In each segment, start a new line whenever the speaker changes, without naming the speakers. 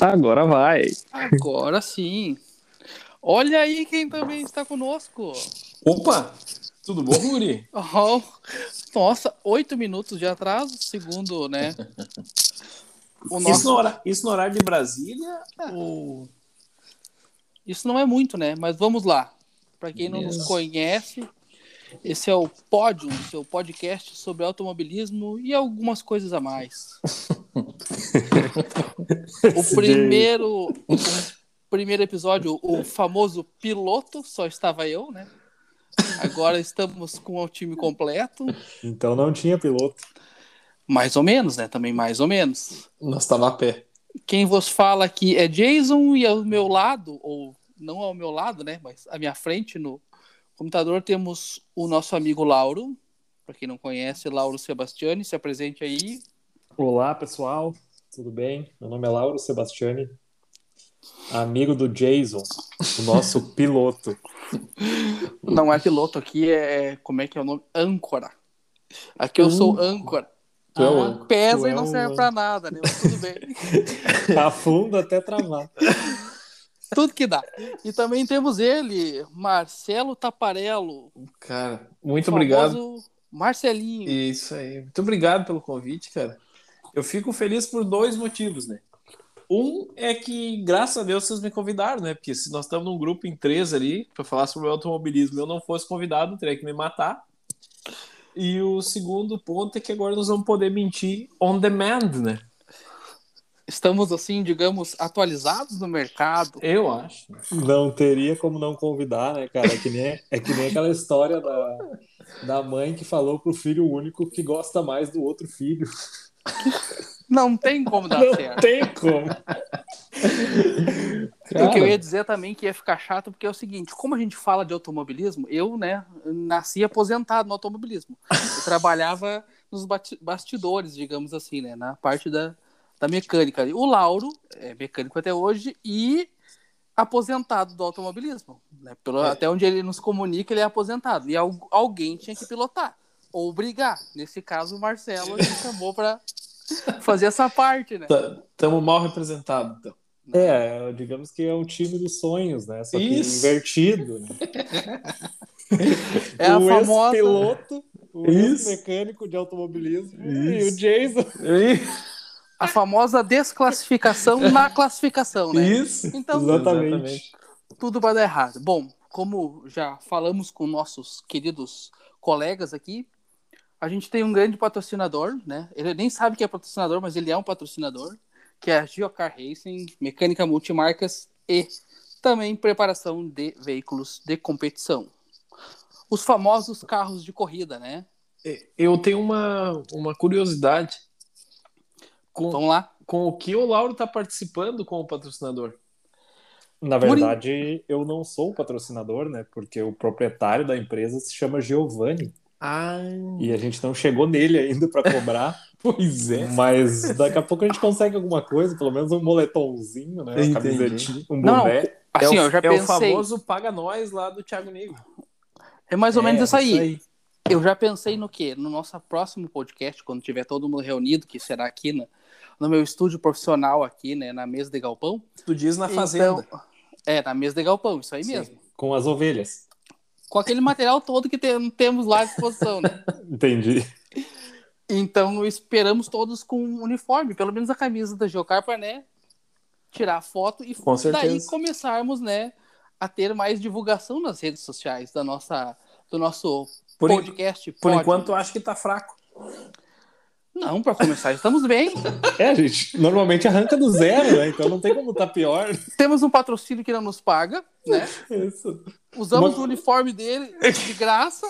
Agora vai.
Agora sim. Olha aí quem também está conosco.
Opa! Tudo bom, Guri?
Oh, nossa, oito minutos de atraso, segundo, né? O
Isso
nosso...
no, hora- isso no horário de Brasília? Ou...
Isso não é muito, né? Mas vamos lá. Para quem não nos
Beleza.
conhece, esse é o Pódio, seu podcast sobre automobilismo e algumas coisas a mais. o primeiro, o primeiro episódio, o famoso piloto, só estava eu, né? Agora estamos com o time completo.
Então não tinha piloto.
Mais ou menos, né? Também mais ou menos.
Nós tava a pé.
Quem vos fala aqui é Jason e ao meu lado, ou não ao meu lado, né? Mas à minha frente no computador temos o nosso amigo Lauro. Para quem não conhece, Lauro Sebastiani, se apresente aí.
Olá, pessoal. Tudo bem? Meu nome é Lauro Sebastiani, amigo do Jason, o nosso piloto.
Não é piloto aqui, é. Como é que é o nome? Âncora. Aqui eu sou âncora.
Tu é o
Ah,
âncora.
pesa
Tu
e
é
não
o
serve pra nada, né? Mas tudo bem.
Afunda Tá até travar.
tudo que dá. E também temos ele, Marcelo Taparello.
Cara, muito obrigado.
famoso Marcelinho.
Isso aí. Muito obrigado pelo convite, cara. Eu fico feliz por dois motivos, né? Um é que, graças a Deus, vocês me convidaram, né? Porque se nós estamos num grupo em três ali, para falar sobre o automobilismo, eu não fosse convidado, teria que me matar. E o segundo ponto é que agora nós vamos poder mentir on demand, né?
Estamos, assim, digamos, atualizados no mercado.
Eu acho.
Não teria como não convidar, né, cara? É que nem, é que nem aquela história da, da mãe que falou pro filho único que gosta mais do outro filho.
Não tem como dar
Não
Tá certo.
tem como.
O que eu ia dizer também que ia ficar chato, porque é o seguinte, como a gente fala de automobilismo, eu, né, nasci aposentado no automobilismo. Eu trabalhava nos bati- bastidores, digamos assim, né, na parte da, da mecânica. O Lauro é mecânico até hoje e aposentado do automobilismo. né? Pelo-
É.
Até onde ele nos comunica, ele é aposentado. E al- alguém tinha que pilotar ou brigar. Nesse caso, o Marcelo ele chamou para fazer essa parte, né?
Estamos Tá, mal representados, então.
É, digamos que é um time dos sonhos, né? Só que
Isso.
invertido, né?
É a
o
famosa...
ex-piloto, o
Isso.
ex-mecânico de automobilismo
Isso.
e o Jason.
A famosa desclassificação na classificação, né?
Isso.
Então,
Exatamente.
tudo vai dar errado. Bom, como já falamos com nossos queridos colegas aqui, a gente tem um grande patrocinador, né? Ele nem sabe que é patrocinador, mas ele é um patrocinador, que é a Geocar Racing, mecânica multimarcas e também preparação de veículos de competição. Os famosos carros de corrida, né?
Eu tenho uma, uma curiosidade. Com,
Vamos lá.
com o que o Lauro tá participando com o patrocinador.
Na
Por in-
verdade, eu não sou o patrocinador, né? Porque o proprietário da empresa se chama Giovanni
Ah,
e a gente não chegou nele ainda para cobrar,
pois é.
mas daqui a pouco a gente consegue alguma coisa, pelo menos um moletomzinho, né? Uma
Entendi.
camisetinha, um
Não,
boné.
Assim,
é o,
eu já
é
pensei.
o famoso paga nós lá do Thiago Negro.
É mais ou
É,
menos isso aí.
isso
Eu já pensei no quê? No nosso próximo podcast, quando tiver todo mundo reunido, que será aqui na- no meu estúdio profissional aqui, né, na mesa de galpão.
Tu diz na fazenda.
Então, é, na mesa de galpão, isso aí
Sim.
mesmo.
com as ovelhas.
Com aquele material todo que tem- temos lá à disposição, né?
Entendi.
Então, esperamos todos com um uniforme, pelo menos a camisa da Geocar para, né, tirar foto e
Com
daí
certeza.
começarmos, né, a ter mais divulgação nas redes sociais da nossa do nosso
Por, en-
podcast.
por
pod.
enquanto, eu acho que tá fraco.
Não, para começar, estamos bem.
É, gente, normalmente arranca do zero, né? Então não tem como tá pior.
Temos um patrocínio que não nos paga, né?
Isso.
Usamos
Mas-
o uniforme dele de graça.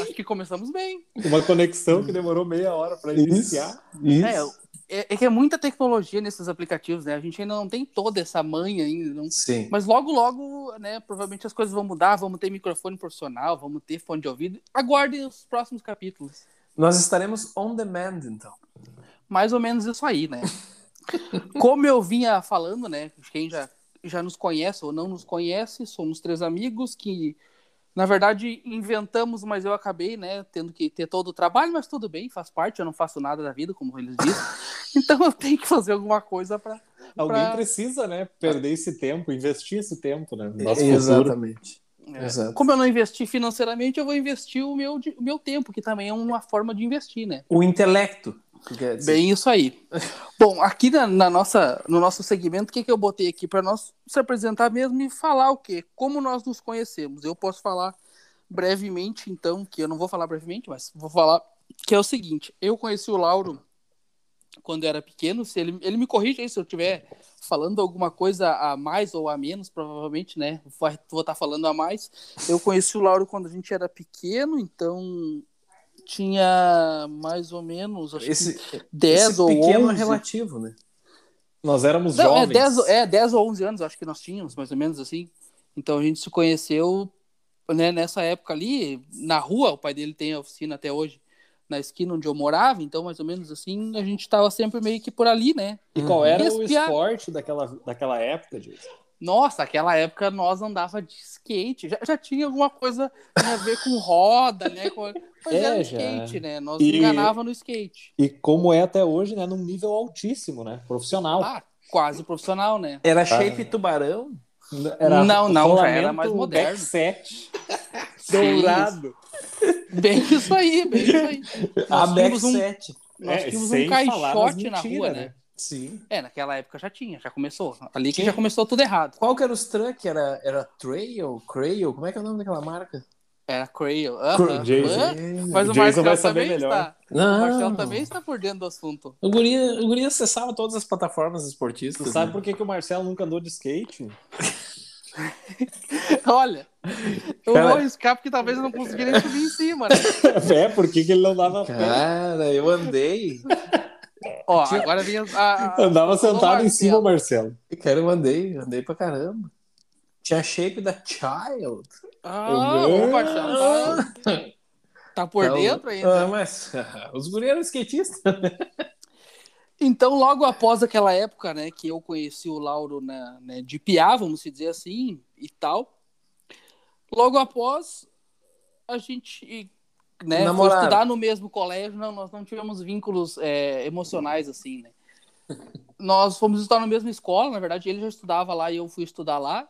Acho que começamos bem.
Uma conexão que demorou meia hora para iniciar.
É, é, é que é muita tecnologia nesses aplicativos, né? A gente ainda não tem toda essa manha ainda. não-
Sim.
Mas logo, logo, né? Provavelmente as coisas vão mudar. Vamos ter microfone profissional, vamos ter fone de ouvido. Aguardem os próximos capítulos.
Nós estaremos on demand, então.
Mais ou menos isso aí, né? Como eu vinha falando, né? Quem já, já nos conhece ou não nos conhece, somos três amigos que, na verdade, inventamos, mas eu acabei, né, tendo que ter todo o trabalho, mas tudo bem, faz parte, eu não faço nada da vida, como eles dizem. Então eu tenho que fazer alguma coisa para
Alguém
pra-
precisa, né? Perder esse tempo, investir esse tempo, né? no Nosso futuro.
É, Exatamente.
É.
Exato.
Como eu não investi financeiramente, eu vou investir o meu, di- o meu tempo, que também é uma forma de investir, né?
O intelecto. que quer dizer.
Bem isso aí. Bom, aqui na, na nossa, no nosso segmento, o que, que eu botei aqui para nós se apresentar mesmo e falar o quê? Como nós nos conhecemos. Eu posso falar brevemente, então, que eu não vou falar brevemente, mas vou falar que é o seguinte. Eu conheci o Lauro quando eu era pequeno. Se ele, ele me corrige aí se eu estiver falando alguma coisa a mais ou a menos, provavelmente, né? Vai- vou estar falando a mais. Eu conheci o Lauro quando a gente era pequeno, então... Tinha mais ou menos, acho que
Esse,
10
esse
ou
pequeno é
11.
relativo, né?
Nós éramos
Não, é
jovens.
10, ou- é 10 ou 11 anos, acho que nós tínhamos, mais ou menos assim. Então a gente se conheceu né, nessa época ali, na rua, o pai dele tem a oficina até hoje, na esquina onde eu morava, então mais ou menos assim, a gente estava sempre meio que por ali, né?
E qual era o
Espiar-
esporte daquela, daquela época, disso?
Nossa, aquela época nós andava de skate, já, já tinha alguma coisa né, a ver com roda, né? Com... Mas
É,
era o
já.
skate, né? Nós
E-
enganava no skate.
E como é até hoje, né? Num nível altíssimo, né? Profissional.
Ah, quase profissional, né?
Era shape tubarão?
Não, não, já era mais
rolamento
moderno.
Backset,
Sim,
dourado.
Bem isso aí, bem isso aí.
A
Nós tínhamos um-
backset.
Nós
É,
tínhamos um
sem falar nas
caixote na
mentiras,
rua, né?
Sim.
É, naquela época já tinha, já começou. Ali que
Sim.
já começou tudo errado.
Qual que era os truck? Era, era Trail? Crail? Como é que é o nome daquela marca?
Era Crail.
Cra-
aham.
Jason.
Hã? tá Mas o
Jason
Marcel
vai saber
também
melhor. Ah.
está. O
Não.
Marcel também está por dentro do assunto.
O guri, o guri acessava todas as plataformas esportistas.
Tu sabe
né?
por que, que o Marcelo nunca andou de skate?
Olha, eu
Cara-
vou arriscar porque talvez eu não conseguia nem subir em cima, né?
é, por que, que ele não dava pé?
Cara, eu andei.
Ó, agora vinha a... a-
Andava sentado em
Marcelo.
cima, Marcelo.
Cara, eu andei. Andei pra caramba. Tinha shape da Child.
Ah, o Marcel
é
tá... tá por
Então,
dentro ainda.
Ah, mas ah, os guri eram skatistas.
Então, logo após aquela época, né, que eu conheci o Lauro na, né, de piá, vamos se dizer assim, e tal, logo após, a gente né, foi
Namoraram.
estudar no mesmo colégio, não, nós não tivemos vínculos é, emocionais, assim, né. Nós fomos estudar na mesma escola, na verdade, ele já estudava lá e eu fui estudar lá,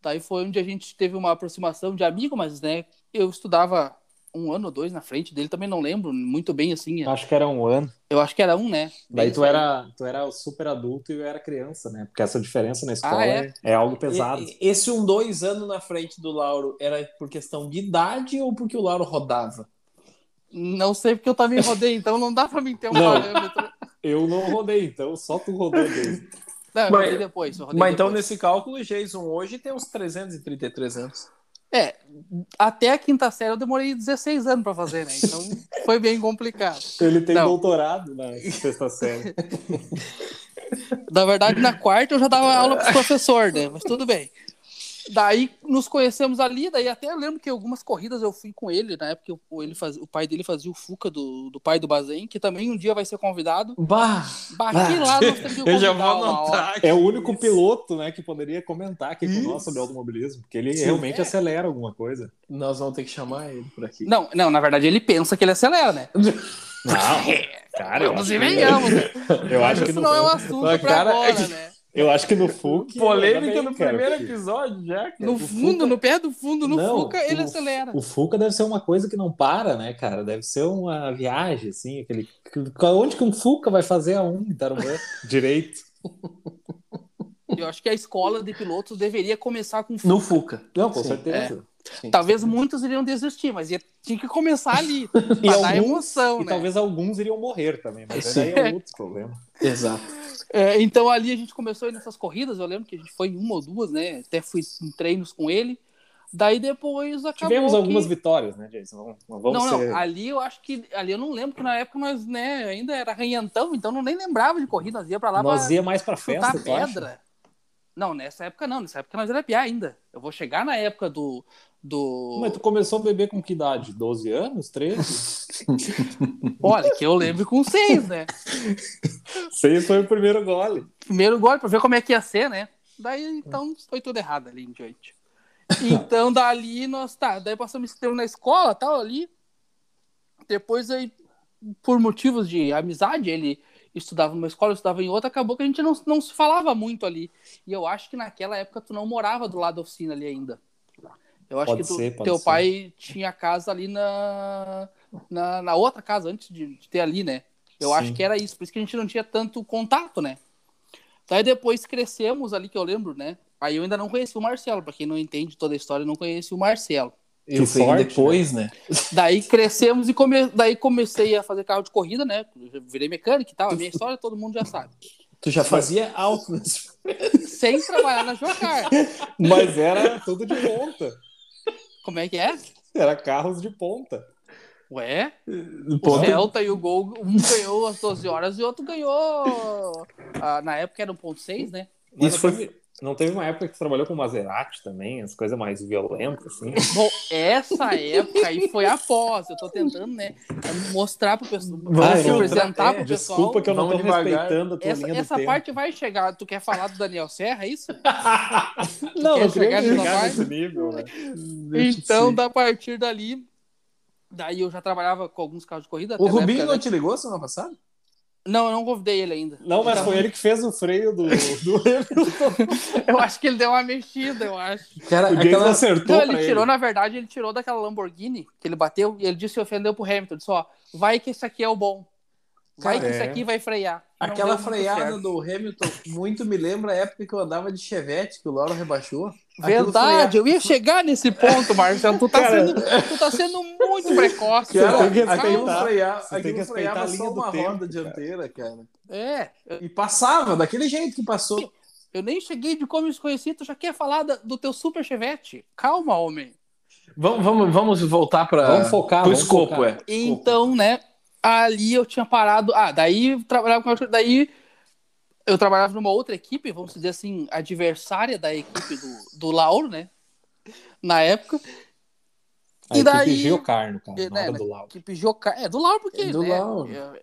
daí foi onde a gente teve uma aproximação de amigo, mas, né, eu estudava um ano ou dois na frente dele, também não lembro muito bem, assim,
Acho que era um ano.
eu acho que era um, né.
Daí tu
Bem-
era, tu era o super adulto e eu era criança, né? Porque essa diferença na escola
Ah, é?
é? é algo pesado.
E- e- Esse um dois anos na frente do Lauro era por questão de idade ou porque o Lauro rodava?
Não sei porque eu também rodei, então não dá pra mim ter um
Não.
parâmetro.
Eu não rodei, então só tu rodou mesmo.
Não, eu
Mas-
rodei depois. eu rodei
Mas então,
depois.
nesse cálculo, o Jason hoje tem uns 333 anos.
É, até a quinta série eu demorei 16 anos pra fazer, né? Então foi bem complicado.
Ele tem
Não.
doutorado na sexta série.
Na verdade, na quarta eu já dava aula pro professor, né? Mas tudo bem. Daí nos conhecemos ali, daí até eu lembro que algumas corridas eu fui com ele, na época o, ele faz, o pai dele fazia o Fuca do, do pai do Bazem, que também um dia vai ser convidado.
Bah!
Bati lá, nós temos que
Ah, Eu já vou
convidar uma hora.
anotar.
É o único piloto, né, que poderia comentar aqui com
Isso.
nós sobre automobilismo, porque ele
Sim.
É.
realmente acelera alguma coisa.
Nós vamos ter que chamar ele por aqui.
Não, não, na verdade ele pensa que ele acelera, né?
Não, cara, eu
Vamos
acho
e
que,
venhamos, né?
eu
Mas
acho que
isso
no,
não é um assunto
Mas,
pra
cara,
agora,
é que-
né?
eu acho que no Fuc
Polêmica
ainda bem,
no
cara,
primeiro
porque-
episódio, já. cara.
No
O
fundo, no pé do fundo, no
Não,
Fuca, ele
o-
acelera.
O Fuca deve ser uma coisa que não para, né, cara? Deve ser uma viagem, assim, aquele. Onde que um Fuca vai fazer a um em Tarumã direito?
Eu acho que a escola de pilotos deveria começar com Fuca.
No Fuca.
Não, com
Sim,
certeza.
Talvez muitos iriam desistir, mas ia- tinha que começar ali, pra
E,
dar
alguns,
emoção,
e
né?
talvez alguns iriam morrer também, mas daí
Sim.
é outro problema.
Exato.
É, então ali a gente começou a ir nessas corridas, eu lembro que a gente foi em uma ou duas, né? Até fui em treinos com ele. Daí depois acabou
Tivemos
que-
algumas vitórias, né, Jason? Não, não vamos
não, não,
ser.
ali eu acho que. Ali eu não lembro, que na época nós, né, ainda era ranhentão, então não nem lembrava de corrida, nós ia pra lá pra-
Nós ia mais pra
chutar
festa, tu acha?
pedra. Não, nessa época não, nessa época nós era piá ainda. Eu vou chegar na época do. do...
Mas tu começou a beber com que idade? 12 anos? 13?
Olha, que eu lembro com seis, né?
6 foi o primeiro gole.
Primeiro gole pra ver como é que ia ser, né? Daí então foi tudo errado ali em diante. Então dali nós tá, daí passamos esse tempo na escola, tal ali. Depois aí por motivos de amizade, ele estudava numa escola, eu estudava em outra, acabou que a gente não, não se falava muito ali. E eu acho que naquela época tu não morava do lado da oficina ali ainda. Eu acho
Pode
que tu-
ser, pode
teu
ser.
pai tinha casa ali na, na, na outra casa, antes de, de ter ali, né? Eu acho
Sim.
que era isso, por isso que a gente não tinha tanto contato, né? Daí depois crescemos ali, que eu lembro, né? Aí eu ainda não conheci o Marcelo, pra quem não entende toda a história, eu não conheci o Marcelo.
Que foi depois, né?
Daí crescemos e come... daí comecei a fazer carro de corrida, né? Eu Virei mecânico e tal. A minha história todo mundo já sabe.
Tu já fazia alto nesse
Sem trabalhar na Jocar.
né? Mas era tudo de ponta.
Como é que é?
Era carros de ponta.
Ué, o
ponto.
Celta e o Gol, um ganhou às 12 horas e o outro ganhou. ah, na época era 1,6, né?
Mas
Isso
não teve- Não teve uma época que tu trabalhou com Maserati também, as coisas mais violentas, assim.
Bom, essa época aí foi após. Eu tô tentando, né? Mostrar pro pessoal.
Ah,
eu não-
apresentar
é,
pro pessoal.
Desculpa que eu não tô
Vamos devagar.
respeitando a tua
Essa,
linha do
essa
tempo.
parte vai chegar. Tu quer falar do Daniel Serra, é isso?
não,
quer
eu
chegar
queria
nessa
chegar
parte?
nesse nível, né?
Deixa eu
Então,
te-
da partir dali, daí eu já trabalhava com alguns carros de corrida. até
O
na
Rubinho
época,
não
né?
te ligou semana passada?
Não, eu não convidei ele ainda.
Não, mas
Então,
foi ele que fez o freio do, do Hamilton.
Eu acho que ele deu uma mexida, eu acho.
Cara,
O Jason
aquela...
acertou
Não,
pra
ele tirou, na verdade, ele tirou daquela Lamborghini que ele bateu e ele disse que ofendeu pro Hamilton. Disse, ó, vai que esse aqui é o bom. Vai
Cara,
que esse
é.
aqui vai frear. Não
aquela
deu muito
freada
certo.
do Hamilton muito me lembra a época que eu andava de Chevette, que o Lauro rebaixou. Aquilo
Verdade, eu ia chegar nesse ponto, Marcelo. Tu tá,
Cara.
sendo, tu tá sendo muito precoce.
Você
Cara,
tem que
Calma.
aquilo,
respeitar.
freia,
Você tem
aquilo
que respeitar
freava
a linha
só
do
uma
tempo,
roda
cara.
dianteira, cara.
É,
E passava, daquele jeito que passou.
eu nem cheguei de como desconhecido, tu já quer falar da- do teu super chevette. Calma, homem.
Vamos, vamos, vamos voltar para
Vamos focar,
o
vamos
escopo,
focar.
é.
Então, né, ali eu tinha parado. Ah, daí eu trabalhava com daí eu trabalhava numa outra equipe, vamos dizer assim, adversária da equipe do, do Lauro, né? Na época,
Aí
E daí-
tu Ah, o carno, cara,
É,
na hora
né,
do Lau.
equipe Joca, é do Lauro porque
É do
né,
Lauro.
é-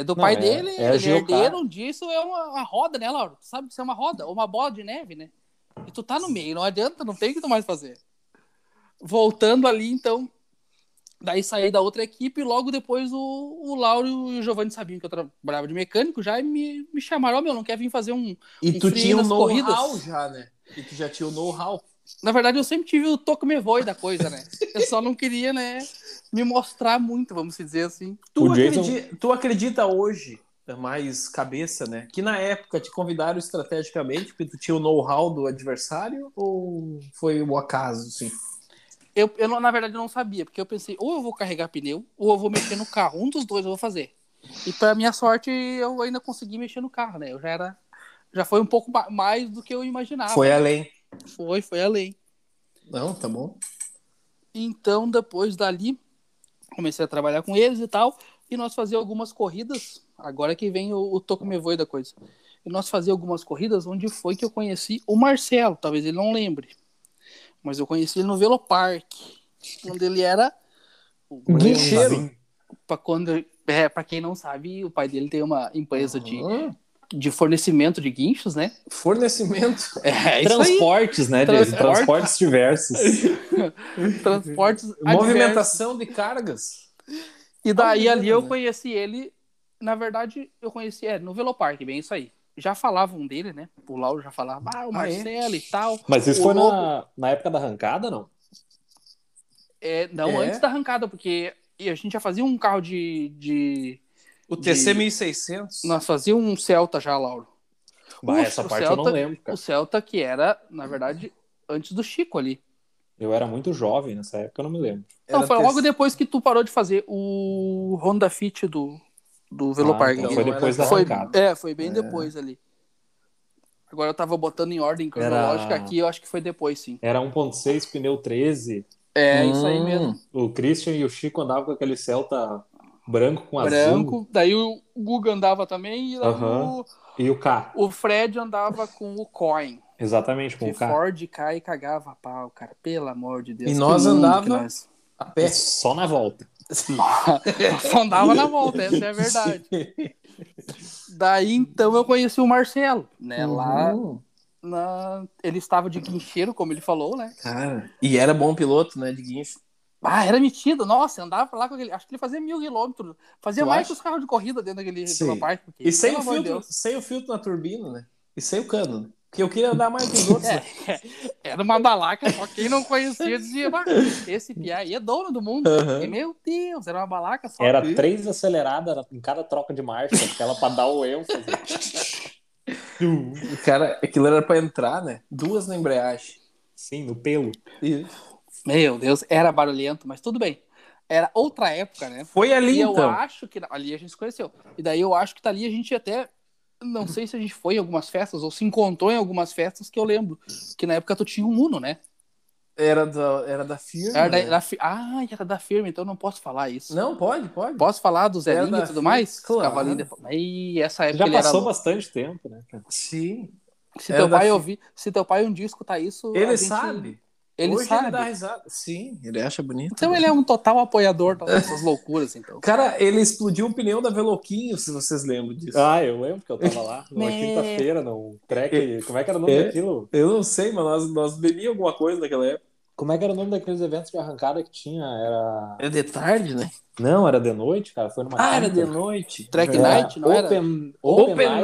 é do
Não,
pai
é-
dele,
é
ele é
Geocar.
herdeiro disso, é uma, uma roda, né, Lauro? Tu sabe que isso é uma roda, ou uma bola de neve, né? E tu tá no meio, não adianta, não tem o que tu mais fazer. Voltando ali, então, daí saí da outra equipe e logo depois o, o Lauro e o Giovanni sabiam que eu trabalhava de mecânico já e me, me chamaram, "Ó, meu, não quer vir fazer um...
E
Um
tu
freio
tinha o
nas
know-how
corridas.
já, né? E tu já tinha o know-how.
Na verdade, eu sempre tive o toco me voe da coisa, né? Eu só não queria, né, me mostrar muito, vamos dizer assim.
Tu,
O Jason-
acredita, tu acredita hoje, é mais cabeça, né? Que na época te convidaram estrategicamente porque tu tinha o know-how do adversário ou foi um acaso, assim?
Eu, eu não- na verdade, eu não sabia, porque eu pensei, ou eu vou carregar pneu, ou eu vou mexer no carro. Um dos dois eu vou fazer. E pra minha sorte, eu ainda consegui mexer no carro, né? Eu já era. Já foi um pouco ma- mais do que eu imaginava.
Foi além.
foi, foi além.
Não, tá bom.
Então, depois dali, comecei a trabalhar com eles e tal. E nós fazia algumas corridas. Agora que vem o, o toco me voe da coisa. E nós fazia algumas corridas onde foi que eu conheci o Marcelo. Talvez ele não lembre. Mas eu conheci ele no Velo Parque. Quando ele era. o-
Guincheiro.
Pra quando. É, pra quem não sabe, o pai dele tem uma empresa de, de fornecimento de guinchos, né?
Fornecimento.
É,
Transportes, né,
Transportes.
Jason? Transportes diversos.
Transportes. adversos.
Movimentação de cargas.
E daí
Olha,
ali eu
né?
conheci ele. Na verdade, eu conheci é, no Velopark, bem isso aí. Já falavam dele, né? O Lauro já falava, ah, o
Ah, é?
Marcelo e tal.
Mas isso
O
foi na,
novo-
na época da arrancada, não?
É, não
É.
antes da arrancada, porque e a gente já fazia um carro de. de...
O
TC
1600.
Nós fazíamos um Celta já, Lauro.
Bah,
Ufa,
essa
o
parte eu não
Celta-
lembro,
O
Tá.
cara.
Celta que era, na verdade, antes do Chico ali.
Eu era muito jovem nessa época, eu não me lembro.
Não, foi logo depois que tu parou de fazer o Honda Fit do, do Velopark.
Ah, então
Parque.
foi
Não
depois da
era-
né? Foi,
arrancada.
é, foi bem depois ali. Agora eu tava botando em ordem cronológica
Era-
aqui, eu acho que foi depois, sim.
Era 1.6, pneu 13.
É, isso
Hum.
aí mesmo.
O Christian e o Chico andavam com aquele Celta branco com um azul.
Branco, daí o Guga andava também e daí
Aham. E o K.
o, o Fred andava com o Coin.
Exatamente, com
Que
o K.
Ford cai e cagava a pau, cara. Pelo amor de Deus.
E
que
nós
mundo
andava-
que nós-
A pé.
Só na volta.
Só andava na volta, essa é a verdade. Daí então eu conheci o Marcelo, né? Lá
Uhum.
na... ele estava de guincheiro, como ele falou, né?
Cara, e era bom piloto, né, de guincho.
Ah, era metido, nossa, andava lá com aquele. Acho que ele fazia mil quilômetros. Fazia
Tu
mais
acha?
que os carros de corrida dentro daquele
Sim.
daquela parte. porque,
E sem
pelo
o,
amor de
filtro,
Deus.
sem o filtro na turbina, né? E sem o cano, né? Porque eu queria andar mais que os
É.
outros. né?
Era uma balaca, só quem não conhecia dizia, "Bah, esse piá aí é dono do mundo.
Aham.
E, meu Deus, era uma balaca só.
Era três aceleradas em cada troca de marcha, aquela pra dar o ênfase.
O Cara, aquilo era pra entrar, né? Duas na embreagem.
Sim, no pelo.
E
Meu Deus, era barulhento, mas tudo bem. Era outra época, né?
foi ali,
E eu
então.
acho que ali a gente se conheceu. E daí eu acho que dali a gente até. Não sei se a gente foi em algumas festas ou se encontrou em algumas festas que eu lembro. Que na época tu tinha um Uno, né?
Era da, era da firma.
Era da,
né?
da fi- Ah, era da firma, então eu não posso falar isso.
Não, pode, pode.
Posso falar do
Era
Zerinho
da
e tudo
firma,
mais?
claro.
Cavalinho de... E essa época
Já
É ele era
passou
louco.
bastante tempo, né? cara?
Sim.
Se
era
teu
da
pai
firma.
ouvir, se teu pai um dia escutar isso, a
Ele
gente-
sabe.
ele
Hoje
sabe.
ele dá risada. Sim, ele acha bonito.
Então ele é um total apoiador dessas loucuras, então.
Cara, ele explodiu o pneu da Veloquinho, se vocês lembram disso.
Ah, eu lembro que eu tava lá numa
Meu.
quinta-feira, no track. Como é que era o
É.
nome daquilo?
Eu não sei, mas nós, nós bebíamos alguma coisa naquela época.
Como é que era o nome daqueles eventos de arrancada que tinha? Era.
É de tarde, né?
Não, era de noite, cara. Foi numa
Ah, era
quinta.
de noite.
Track
É.
night. não era?
open,
Open,
open,
night.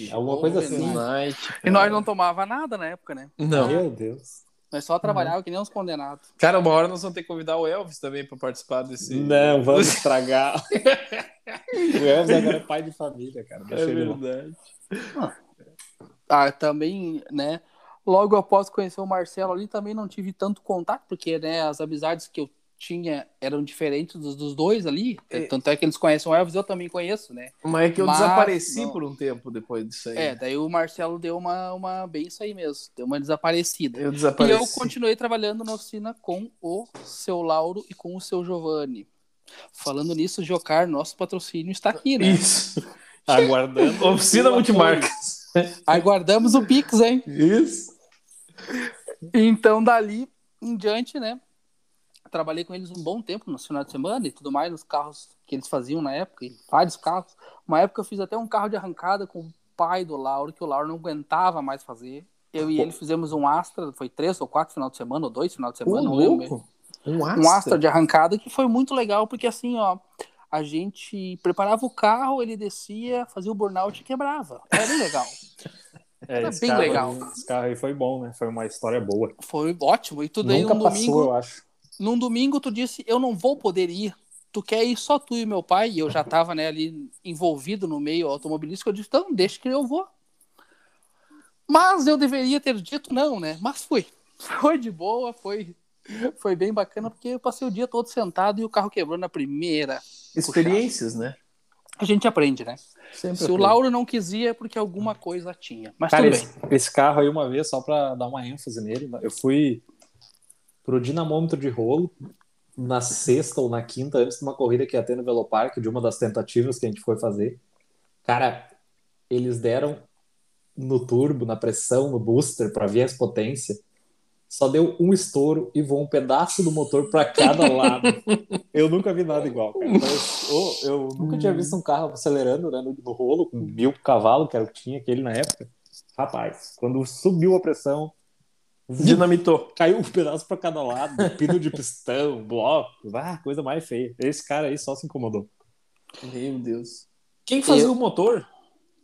night. Alguma coisa
Open
assim.
Open night.
E nós não tomava nada na época, né?
Não.
Meu Deus.
Nós
Uhum.
só trabalhava que nem uns condenados.
Cara, uma hora nós vamos ter que convidar o Elvis também pra participar desse.
Não, vamos estragar. o Elvis agora é pai de família, cara.
É
Deixa ele lá.
verdade.
Ah, também, né? Logo após conhecer o Marcelo ali, também não tive tanto contato, porque né, as amizades que eu tinha eram diferentes dos, dos dois ali.
É.
Tanto é que eles conhecem o Elvis, eu também conheço, né?
Mas é que eu
Mas,
desapareci
não.
por um tempo depois disso aí.
É, daí o Marcelo deu uma, uma bem isso aí mesmo, deu uma desaparecida.
Eu
E
desapareci.
eu continuei trabalhando na oficina com o seu Lauro e com o seu Giovanni. Falando nisso, Jocar, nosso patrocínio está aqui, né?
Isso.
Aguardando.
Oficina
o
multimarcas.
Aguardamos o Pix, hein?
Isso.
Então, dali em diante, né? Trabalhei com eles um bom tempo nos finais de semana e tudo mais, nos carros que eles faziam na época, e vários carros. Uma época eu fiz até um carro de arrancada com o pai do Lauro, que o Lauro não aguentava mais fazer. Eu e ele fizemos um Astra, foi três ou quatro final de semana, ou dois final de semana, não lembro mesmo.
Um
Um Astra de arrancada que foi muito legal, porque assim, ó, a gente preparava o carro, ele descia, fazia o burnout e quebrava. Era bem legal.
É,
Tá
esse
bem
carro,
legal.
Esse carro aí foi bom, né? Foi uma história boa.
Foi ótimo. E tudo aí
Nunca
no
passou,
domingo.
eu acho.
num domingo tu disse, eu não vou poder ir, tu quer ir só tu e meu pai, e eu já tava né, ali envolvido no meio automobilístico, eu disse, então deixa que eu vou. Mas eu deveria ter dito não, né? Mas fui. Foi de boa, foi, foi bem bacana, porque eu passei o dia todo sentado e o carro quebrou na primeira.
Experiências, né?
A gente aprende, né?
Sempre
Se o
aprende.
Lauro não quisia, é porque alguma coisa tinha. Mas
Cara,
tudo bem.
esse, esse carro aí, uma vez, só pra dar uma ênfase nele, né, eu fui pro dinamômetro de rolo na sexta ou na quinta, antes de uma corrida que ia ter no Velopark, de uma das tentativas que a gente foi fazer. Cara, eles deram no turbo, na pressão, no booster, pra ver as potências. Só deu um estouro e voou um pedaço do motor pra cada lado. Eu nunca vi nada igual,
Uhum.
cara. Mas, ô, eu nunca tinha visto um carro acelerando né, no, no rolo, com mil cavalos, que era o que tinha aquele na época. Rapaz, quando subiu a pressão,
Dinamitou.
caiu um pedaço pra cada lado, pino de pistão, bloco, ah, coisa mais feia. Esse cara aí só se incomodou.
Meu Deus. Quem fazia
Eu-
o motor?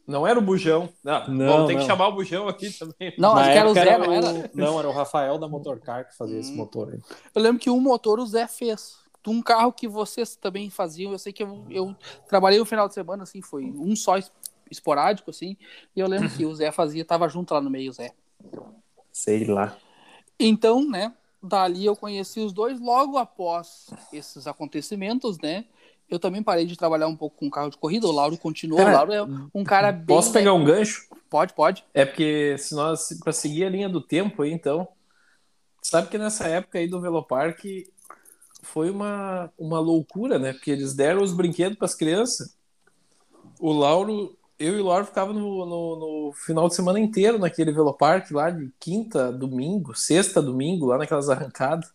Não era o bujão. Não,
Não,
vamos ter que
não.
chamar o bujão aqui também.
Não,
Na
acho que era o
época
Zé, não era? Hum.
o- Não, era um o Rafael da Motorcar que fazia esse motor aí.
Eu lembro que um motor o Zé fez. De Um carro que vocês também faziam. Eu sei que eu, eu trabalhei o final de semana, assim, foi um só es- esporádico, assim. E eu lembro que o Zé fazia, tava junto lá no meio, o Zé.
Sei lá.
Então, né, dali eu conheci os dois. Logo após esses acontecimentos, né, eu também parei de trabalhar um pouco com carro de corrida. O Lauro continuou.
Cara,
o Lauro é um cara bem.
Posso pegar um gancho?
Pode, pode.
É porque se nós para seguir a linha do tempo aí, então, sabe que nessa época aí do Velopark foi uma, uma loucura, né? Porque eles deram os brinquedos para as crianças. O Lauro, eu e o Lauro ficava no, no, no final de semana inteiro naquele Velopark lá de quinta, domingo, sexta, domingo, lá naquelas arrancadas.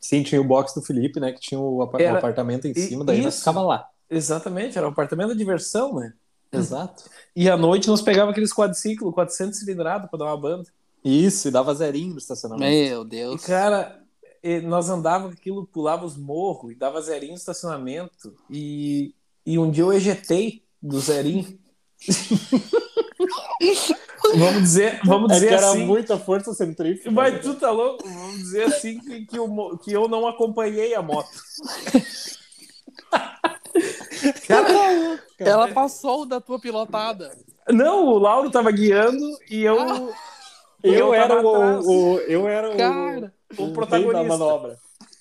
Sim, tinha o box do Felipe, né? Que tinha o, apa- o
Era-
apartamento em
e-
cima, daí nós
isso.
ficava lá.
Exatamente, era um apartamento de diversão, né?
Exato.
E à noite nós pegava aqueles quadriciclo 400 cilindrados para dar uma banda. É,
Isso, e dava zerinho no estacionamento.
Meu Deus.
Cara, eh, nós andava com aquilo, pulava os morros e dava zerinho no estacionamento. E, e um dia eu ejetei do zerinho. vamos dizer, vamos
É que
dizer
era
assim.
muita força centrífuga.
Mas tu tá louco? Vamos dizer assim que, que, eu, mo- que eu não acompanhei a moto.
Ela passou da tua pilotada.
Não, o Lauro tava guiando e eu.
eu,
eu
era
tava atrás.
o, o- eu era o,
Cara,
o
o
protagonista.
rei da manobra.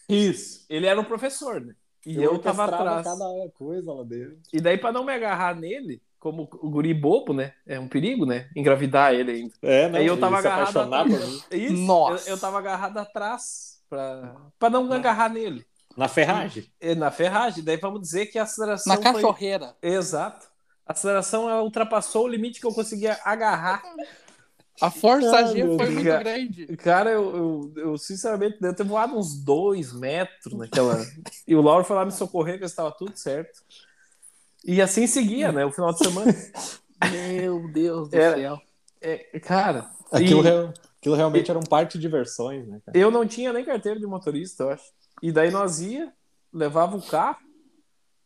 Isso. Ele era um professor, né? E eu, tava
orquestrava
atrás.
cada coisa lá dentro.
E daí, pra não me agarrar nele, como o guri bobo, né? É um perigo, né? Engravidar ele ainda.
É, não,
Aí eu
e
tava
se
agarrado
apaixonar por mim.
Isso.
Nossa.
Eu, eu tava agarrado atrás pra, pra não me agarrar nele.
Na ferragem.
É, Na ferragem. Daí vamos dizer que a aceleração.
na
foi-
cachorreira.
Exato. A aceleração ela ultrapassou o limite que eu conseguia agarrar.
A força
Ai,
G
meu
foi muito
Ah, Deus.
grande.
Cara, eu, eu, eu, sinceramente devo ter voado uns dois metros naquela. e o Lauro foi lá me socorrer, que estava tudo certo. E assim seguia, né? O final de semana.
Meu Deus do
Era.
céu.
É, cara,
Aquilo,
e
real- aquilo realmente era um parque de diversões, né, cara?
eu não tinha nem carteira de motorista, eu acho. E daí nós ia, levava o carro.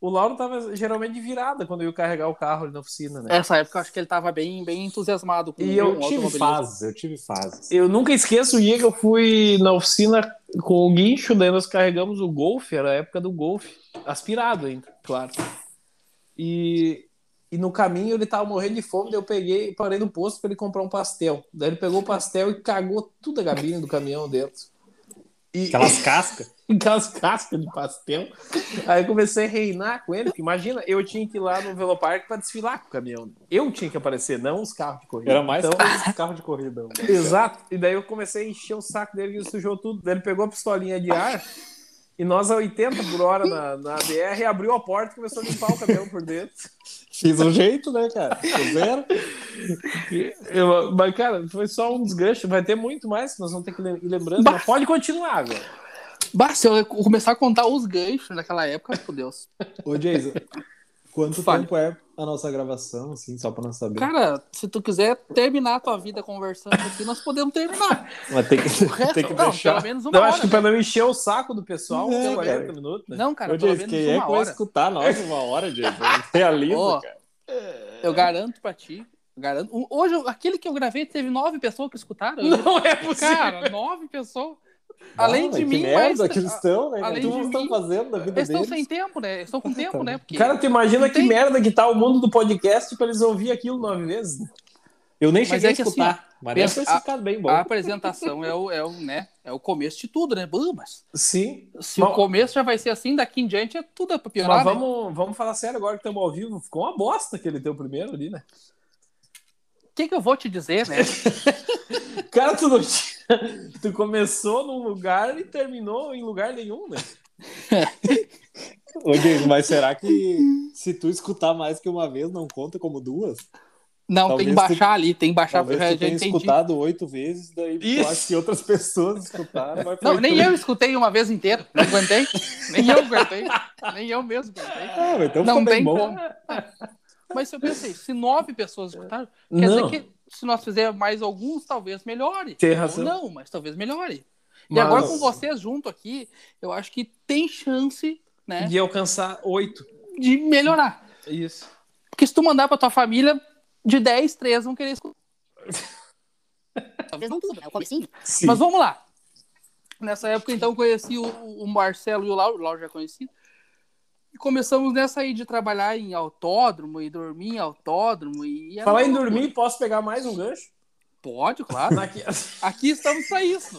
O Lauro tava geralmente de virada quando eu ia carregar o carro ali na oficina, né?
Essa época eu acho que ele tava bem, bem entusiasmado com
E
o
eu
Eu tive
automobilismo.
fases, eu tive fases.
Eu nunca esqueço o dia que eu fui na oficina com o guincho, daí nós carregamos o Golf, era a época do Golf, aspirado ainda, claro. E, e no caminho ele tava morrendo de fome, daí eu peguei, parei no posto para ele comprar um pastel. Daí ele pegou o pastel e cagou tudo a gabine do caminhão dentro. E
Aquelas cascas.
aquelas cascas de pastel. Aí eu comecei a reinar com ele, porque imagina, eu tinha que ir lá no Velopark para desfilar com o caminhão. Eu tinha que aparecer, não os carros de corrida.
Era mais
Então,
que um carro de corrida. mano.
Exato. E daí eu comecei a encher o saco dele, ele sujou tudo. Daí ele pegou a pistolinha de ar e nós a 80 por hora na, na BR abriu a porta e começou a limpar o cabelo por dentro.
Fiz um jeito, né, cara? Fizeram.
Eu, mas, cara, foi só um desgancho. Vai ter muito mais que nós vamos ter que lem- ir lembrando. Mas pode continuar agora.
Bah, se eu começar a contar os ganchos naquela época, meu Deus.
Ô, Jason, quanto
Fale.
tempo é a nossa gravação, assim, só pra não saber?
Cara, se tu quiser terminar a tua vida conversando aqui, nós podemos terminar.
Mas tem que,
O resto,
tem que
não,
deixar.
pelo menos uma
Não, né?
hora.
acho que pra não encher o saco do pessoal,
É,
40
cara.
minutos. Né?
Não, cara,
Ô,
pelo
Jason,
menos
quem é
uma
que vai
hora.
escutar nós uma hora, Jason? Realiza,
Ó.
cara.
Eu garanto pra ti. eu Garanto. O- Hoje, eu- aquele que eu gravei, teve nove pessoas que escutaram.
Não é possível.
Cara, nove pessoas. Além
Ah,
de
mas
mim,
que merda
mais-
que eles estão, né? cara?
além
O que
de
eles estão
mim,
fazendo da vida
Eles estão
deles?
sem tempo, né? Eles estão com tempo, né? Porque...
Cara, tu
Não
imagina que
tem-
merda que tá o mundo do podcast pra eles ouvir aquilo nove vezes. né?
Eu nem
Mas
cheguei
é que
a escutar. mas ah,
pensa-
deve ter ficado bem bom.
a apresentação é o, é, o, né? é o começo de tudo, né? Bom, mas
Sim.
se
Bom.
o começo já vai ser assim, daqui em diante é tudo pra piorar.
Mas
né?
vamos, vamos falar sério agora que estamos ao vivo. Ficou uma bosta aquele teu primeiro ali, né?
O que, que eu vou te dizer, né?
Cara, tu não tinha- Tu começou num lugar e terminou em lugar nenhum, né?
Ô, Jason, mas será que se tu escutar mais que uma vez, não conta como duas?
Não,
Talvez
tem que baixar ali, tem que baixar,
Talvez
porque eu já,
tu
já
tenha
entendi.
escutado oito vezes, daí tu
Isso.
acha que outras pessoas escutaram. Mas
Não,
foi
nem
né?
tu.
eu escutei uma vez inteira, não aguentei. nem eu aguentei, nem eu mesmo aguentei.
Ah, mas então
Não
ficou bem
tem
bom.
como. Mas se eu pensei, se nove pessoas escutaram, quer
Não,
dizer que se nós fizermos mais alguns, talvez melhore.
tem
Ou
razão.
não, mas talvez melhore. E
Mas-
agora com vocês junto aqui, eu acho que tem chance, né,
De alcançar oito.
de melhorar.
Isso.
Porque se tu mandar pra tua família, de 10, 3 vão querer escutar. Talvez não tudo, né? O comecinho.
Sim.
Mas vamos lá. Nessa época, então, conheci o, o Marcelo e o Lauro, o Lauro já conhecido. E começamos nessa aí de trabalhar em autódromo e dormir em autódromo. E era
Falar em
uma
dormir, posso pegar mais um gancho? Tá
loucura. Pode, claro.
Daqui-
Aqui estamos pra isso.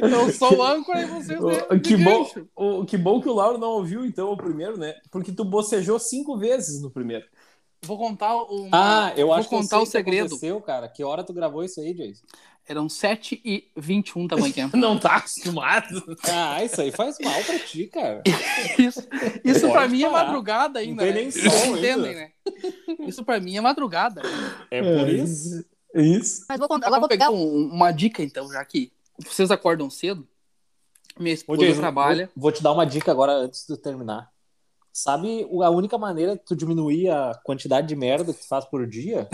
Eu sou o âncora e vocês...
O-
né,
que
me
bom.
deixam.
O, que bom que o Lauro não ouviu, então, o primeiro, né? Porque tu bocejou cinco vezes no primeiro.
Vou contar um...
Ah, eu
Vou
acho que eu
contar
sei
o
que
segredo.
aconteceu, cara. Que hora tu gravou isso aí, Jason?
Eram 7h21 da manhã.
Não tá acostumado.
Ah, isso aí faz mal pra ti, cara.
Isso, isso
Pode
pra mim é
parar.
madrugada ainda.
tem
né?
nem
Vocês
sol
entendem, né? Isso pra mim é madrugada.
É por isso.
Isso.
Mas vou contar, agora vou pegar um- uma dica, então, já que vocês acordam cedo. Minha
Ô,
esposa
Jason,
trabalha.
Vou, vou te dar uma dica agora antes de tu terminar. Sabe o- a única maneira de tu diminuir a quantidade de merda que tu faz por dia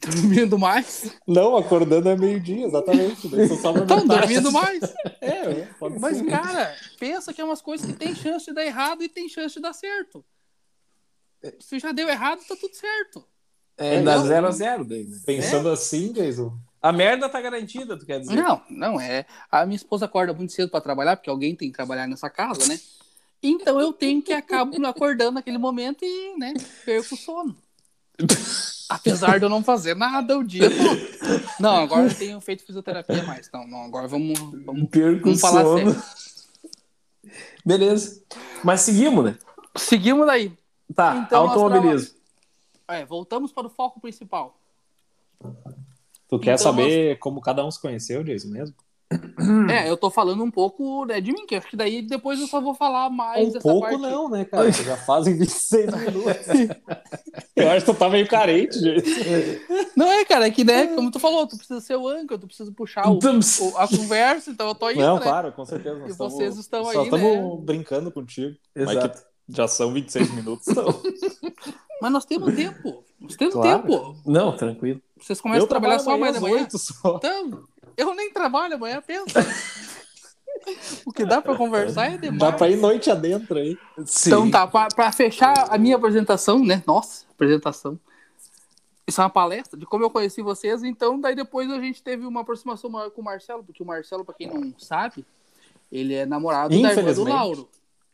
tá Dormindo mais?
Não, acordando é meio-dia, exatamente. Daí são só uma
Estão
metade.
dormindo mais.
É, é, pode
Mas,
ser.
cara, pensa que é umas coisas que tem chance de dar errado e tem chance de dar certo. Se já deu errado, tá tudo certo.
É,
É,
dá
não.
0 a 0 daí, né?
Pensando assim, Jason.
A merda tá garantida, tu quer dizer?
Né?
Não, não é. A minha esposa acorda muito cedo pra trabalhar, porque alguém tem que trabalhar nessa casa, né? Então eu tenho que acabo acordando naquele momento e, né, perco o sono. Apesar de eu não fazer nada o dia todo. Não, agora eu tenho feito fisioterapia mais. Não, não, agora vamos, vamos,
Perco o
vamos falar
sono.
sério.
Beleza. Mas seguimos, né?
Seguimos daí.
Tá,
Então, nós
automobilismo.
É, voltamos para o foco principal.
Tu quer
Então,
saber como cada um se conheceu, Jason, mesmo? Hum.
É, eu tô falando um pouco né, de mim, que acho que daí depois eu só vou falar mais
um
dessa
pouco
parte.
não, né, cara? Tu já fazem 26 minutos. Eu acho que tu tá meio carente, Jason.
Não é, cara, é que,
Hum.
né, como tu falou, tu precisa ser o âncora, tu precisa puxar é
Um
o,
Então,
o- a conversa, então eu tô indo,
Não,
né?
claro, com certeza. nós
E
estamos-
vocês estão
só
Então aí, né?
estamos brincando contigo.
Exato.
Mas que já são 26 minutos. Então.
Mas nós temos tempo, nós temos
Claro.
tempo.
Não, tranquilo.
Vocês começam a trabalhar só amanhã da
às
manhã.
8 só.
Então, eu nem trabalho amanhã, pensa. o que dá pra conversar é demais.
Dá pra ir noite adentro aí.
Sim.
Então tá, pra, pra fechar a minha apresentação, né, nossa apresentação, isso é uma palestra de como eu conheci vocês, então daí depois a gente teve uma aproximação maior com o Marcelo, porque o Marcelo, pra quem não sabe, ele é namorado da irmã do
Infelizmente.
Lauro.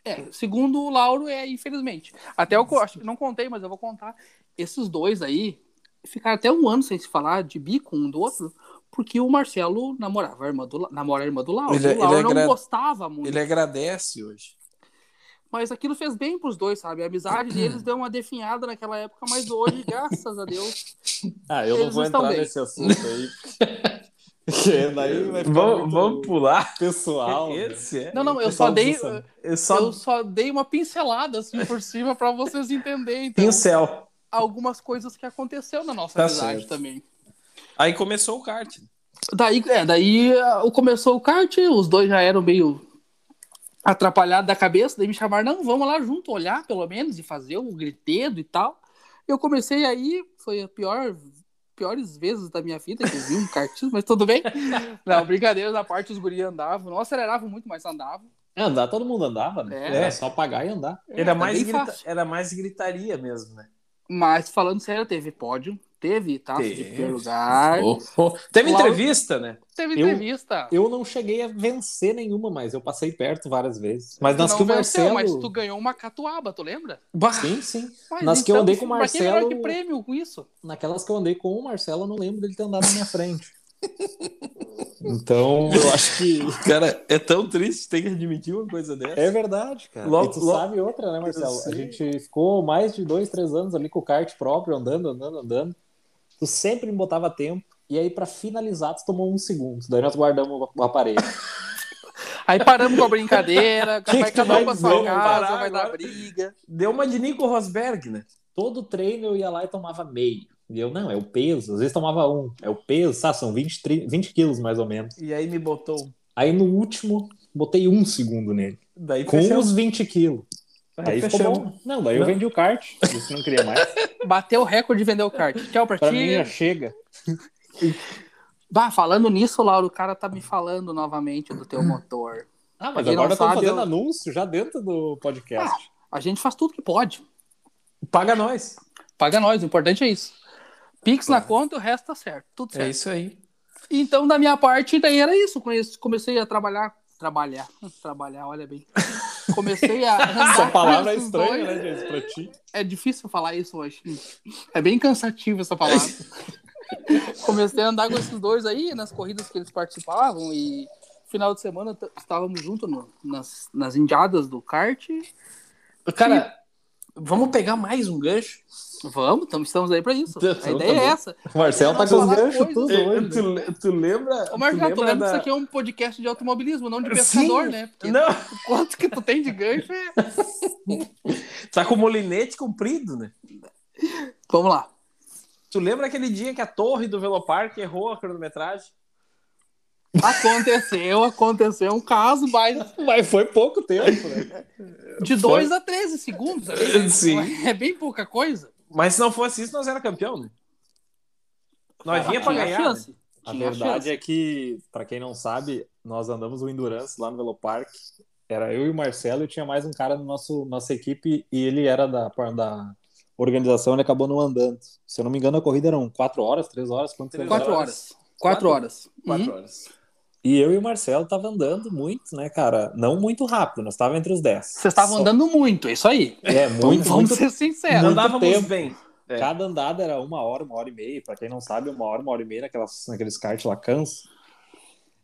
É, segundo o Lauro, é infelizmente. Até eu co- acho que não contei, mas eu vou contar. Esses dois aí ficaram até um ano sem se falar de bico um do outro, porque o Marcelo namorava a irmã do, La- namora a irmã do Lauro.
Ele-
e o Lauro
ele
não
agra-
gostava muito.
Ele agradece hoje.
Mas aquilo fez bem pros dois, sabe? A amizade
Uhum.
deles deu uma definhada naquela época, mas hoje, graças a Deus.
Ah, eu
Eles
não vou
estão
entrar
bem.
nesse assunto aí. Porque daí vai ficar
Vamos,
muito
vamos pular.
pessoal. né?
Esse é.
Não, não, eu
Pessoal
só
do
dei.
Sussano.
Eu só
Eu só dei uma pincelada assim por cima pra vocês entenderem então,
pincel.
algumas coisas que aconteceu na nossa
Tá
amizade
certo.
também.
Aí começou o kart.
Daí, é, daí ah, começou o kart, os dois já eram meio atrapalhados da cabeça, daí me chamaram, não, vamos lá junto olhar, pelo menos, e fazer o gritedo e tal. Eu comecei aí, foi a pior piores vezes da minha vida que eu vi um kartismo, mas tudo bem. Não, brincadeira da parte, os guri andavam, não aceleravam muito, mas andavam.
É, Andar, todo mundo andava, né?
É.
Era só pagar e andar.
Era,
tá
mais
bem
grita-
fácil.
Era mais gritaria mesmo, né?
Mas falando sério, teve pódio, teve taça de
Teve.
primeiro lugar,
Oh, oh. Teve
Lauro-
entrevista, né?
teve
Eu-
entrevista.
Eu não cheguei a vencer nenhuma, mas eu passei perto várias vezes. Mas
Tu
nas
não
que o
venceu,
Marcelo.
Mas tu ganhou uma catuaba, tu lembra?
Bah,
Sim, sim.
Mas,
Nas que eu andei com o
pra quem melhor
Marcelo-
que prêmio com isso?
Naquelas que eu andei com o Marcelo, eu não lembro dele ter andado na minha frente. Então, eu acho que.
Cara, é tão triste ter que admitir uma coisa dessa.
É verdade, cara.
Logo-
e tu
logo-
sabe outra, né, Marcelo? A
sei.
gente ficou mais de dois, três anos ali com o kart próprio, andando, andando, andando. Tu sempre me botava tempo. E aí, pra finalizar, tu tomou um segundo. Daí nós guardamos o aparelho.
Aí paramos com a brincadeira,
Que
vai
que
cada um
vai
pra sua
dizer?
casa,
Parar
vai dar
agora?
briga.
Deu uma de Nico Rosberg, né?
Todo treino eu ia lá e tomava meio. E eu, não, é o peso. Às vezes tomava um. É o peso, sabe? São 20, 30, 20 quilos mais ou menos.
E aí me botou.
Aí no último, botei um segundo nele.
Daí
Com
fechamos.
os 20 quilos. Aí ficou
fechamos.
bom. Não, daí eu
Não.
vendi o kart. Isso não queria mais.
Bateu o recorde de vender o kart. Tchau pra,
Pra
ti.
mim já chega.
Bah, falando nisso, Lauro, o cara tá me falando novamente do
Hum.
teu motor.
Ah,
Pra
mas
quem não
agora estamos
sabe,
fazendo
eu-
anúncio já dentro do podcast.
A gente faz tudo que pode.
Paga nós.
Paga nós, o importante é isso. Pix na conta, o resto tá certo. Tudo certo.
É isso aí.
Então, da minha parte, daí era isso. Conheci- Comecei a trabalhar. Trabalhar. Trabalhar, olha bem. Comecei a.
Essa
andar
palavra
com
é
esses
estranha,
dois.
né, gente? Pra ti.
É difícil falar isso hoje. É bem cansativo essa palavra. Comecei a andar com esses dois aí nas corridas que eles participavam e final de semana t- estávamos juntos no- nas, nas indiadas do kart.
Cara, vamos pegar mais um gancho?
Vamos, tam- estamos aí pra isso.
Tá,
A
tá
ideia é
bom.
essa.
O Marcelo tá com os
Falar
ganchos
coisas-
tudo hoje.
tu, le- tu lembra?
Ô, Marcelo, tu
lembra
lembra que isso
da-
aqui é um podcast de automobilismo, não de pescador,
Sim.
né? Porque
Não,
o quanto que tu tem de gancho é...
tá com o molinete comprido, né?
Vamos lá.
Tu lembra aquele dia que a torre do Velopark errou a cronometragem?
Aconteceu, aconteceu um caso mais
Mas foi pouco tempo, né?
de 2 a 13 segundos. É bem,
Sim.
é bem pouca coisa.
Mas se não fosse isso, nós era campeão, né? Nós vinha pra
Tinha
ganhar. né?
chance.
A
Tinha
verdade
chance.
é que, pra quem não sabe, nós andamos o Endurance lá no Velopark. Era eu e o Marcelo e tinha mais um cara da nosso, nossa equipe e ele era da, da organização, ele acabou não andando. Se eu não me engano, a corrida eram quatro horas, três horas, quanto
Três
tempo?
Quatro
horas.
horas. Quatro horas.
Quatro
Uhum.
horas.
E eu e o Marcelo tava andando muito, né, cara? Não muito rápido, nós tava entre os dez.
Vocês estavam
Só-
andando muito, é isso aí.
É, muito,
Vamos
muito.
ser sinceros.
Muito
Andávamos
tempo.
bem. É.
Cada andada era uma hora, uma hora e meia. Pra quem não sabe, uma hora, uma hora e meia naquelas, naqueles kart lá cansa.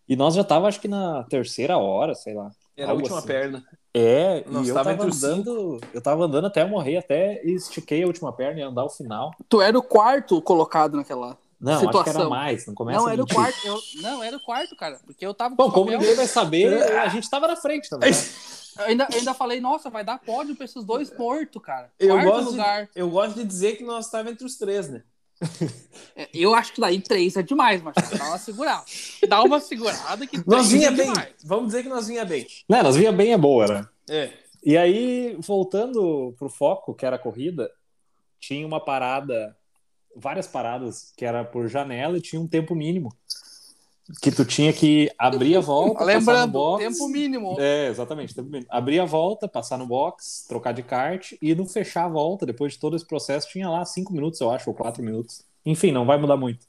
E nós já tava, acho que na terceira hora, sei lá.
Era a
Algo
última
assim.
perna.
É,
Nossa,
e eu
tava
tava,
entre os
andando, eu tava andando até eu morrer, até estiquei a última perna e andar o final.
Tu era o quarto colocado naquela.
Não, acho que era
Situação.
mais, não começa
Não, era o
mentir.
quarto. Eu... Não, era o quarto, cara. Porque eu tava com
Bom, como
papel.
ninguém vai saber, a gente tava na frente também. né?
Eu ainda, eu ainda falei, nossa, vai dar pódio pra esses dois mortos, cara.
Eu
Quarto
gosto de-
lugar.
Eu gosto de dizer que nós estávamos entre os três, né?
É, Eu acho que daí três é demais, Marcelo. Dá uma segurada. Dá uma segurada que
Nós
três
vinha
é
bem.
demais.
Vamos dizer que nós vinha bem.
Né, nós via bem é boa, né?
É.
E aí, voltando pro foco, que era a corrida, tinha uma parada, várias paradas, que era por janela e tinha um tempo mínimo. Que tu tinha que abrir a volta, passar no
Lembrando,
box.
tempo mínimo.
É, exatamente. tempo mínimo. Abrir a volta, passar no box, trocar de kart e no fechar a volta, depois de todo esse processo, tinha lá cinco minutos, eu acho, ou quatro minutos. Enfim, não vai mudar muito.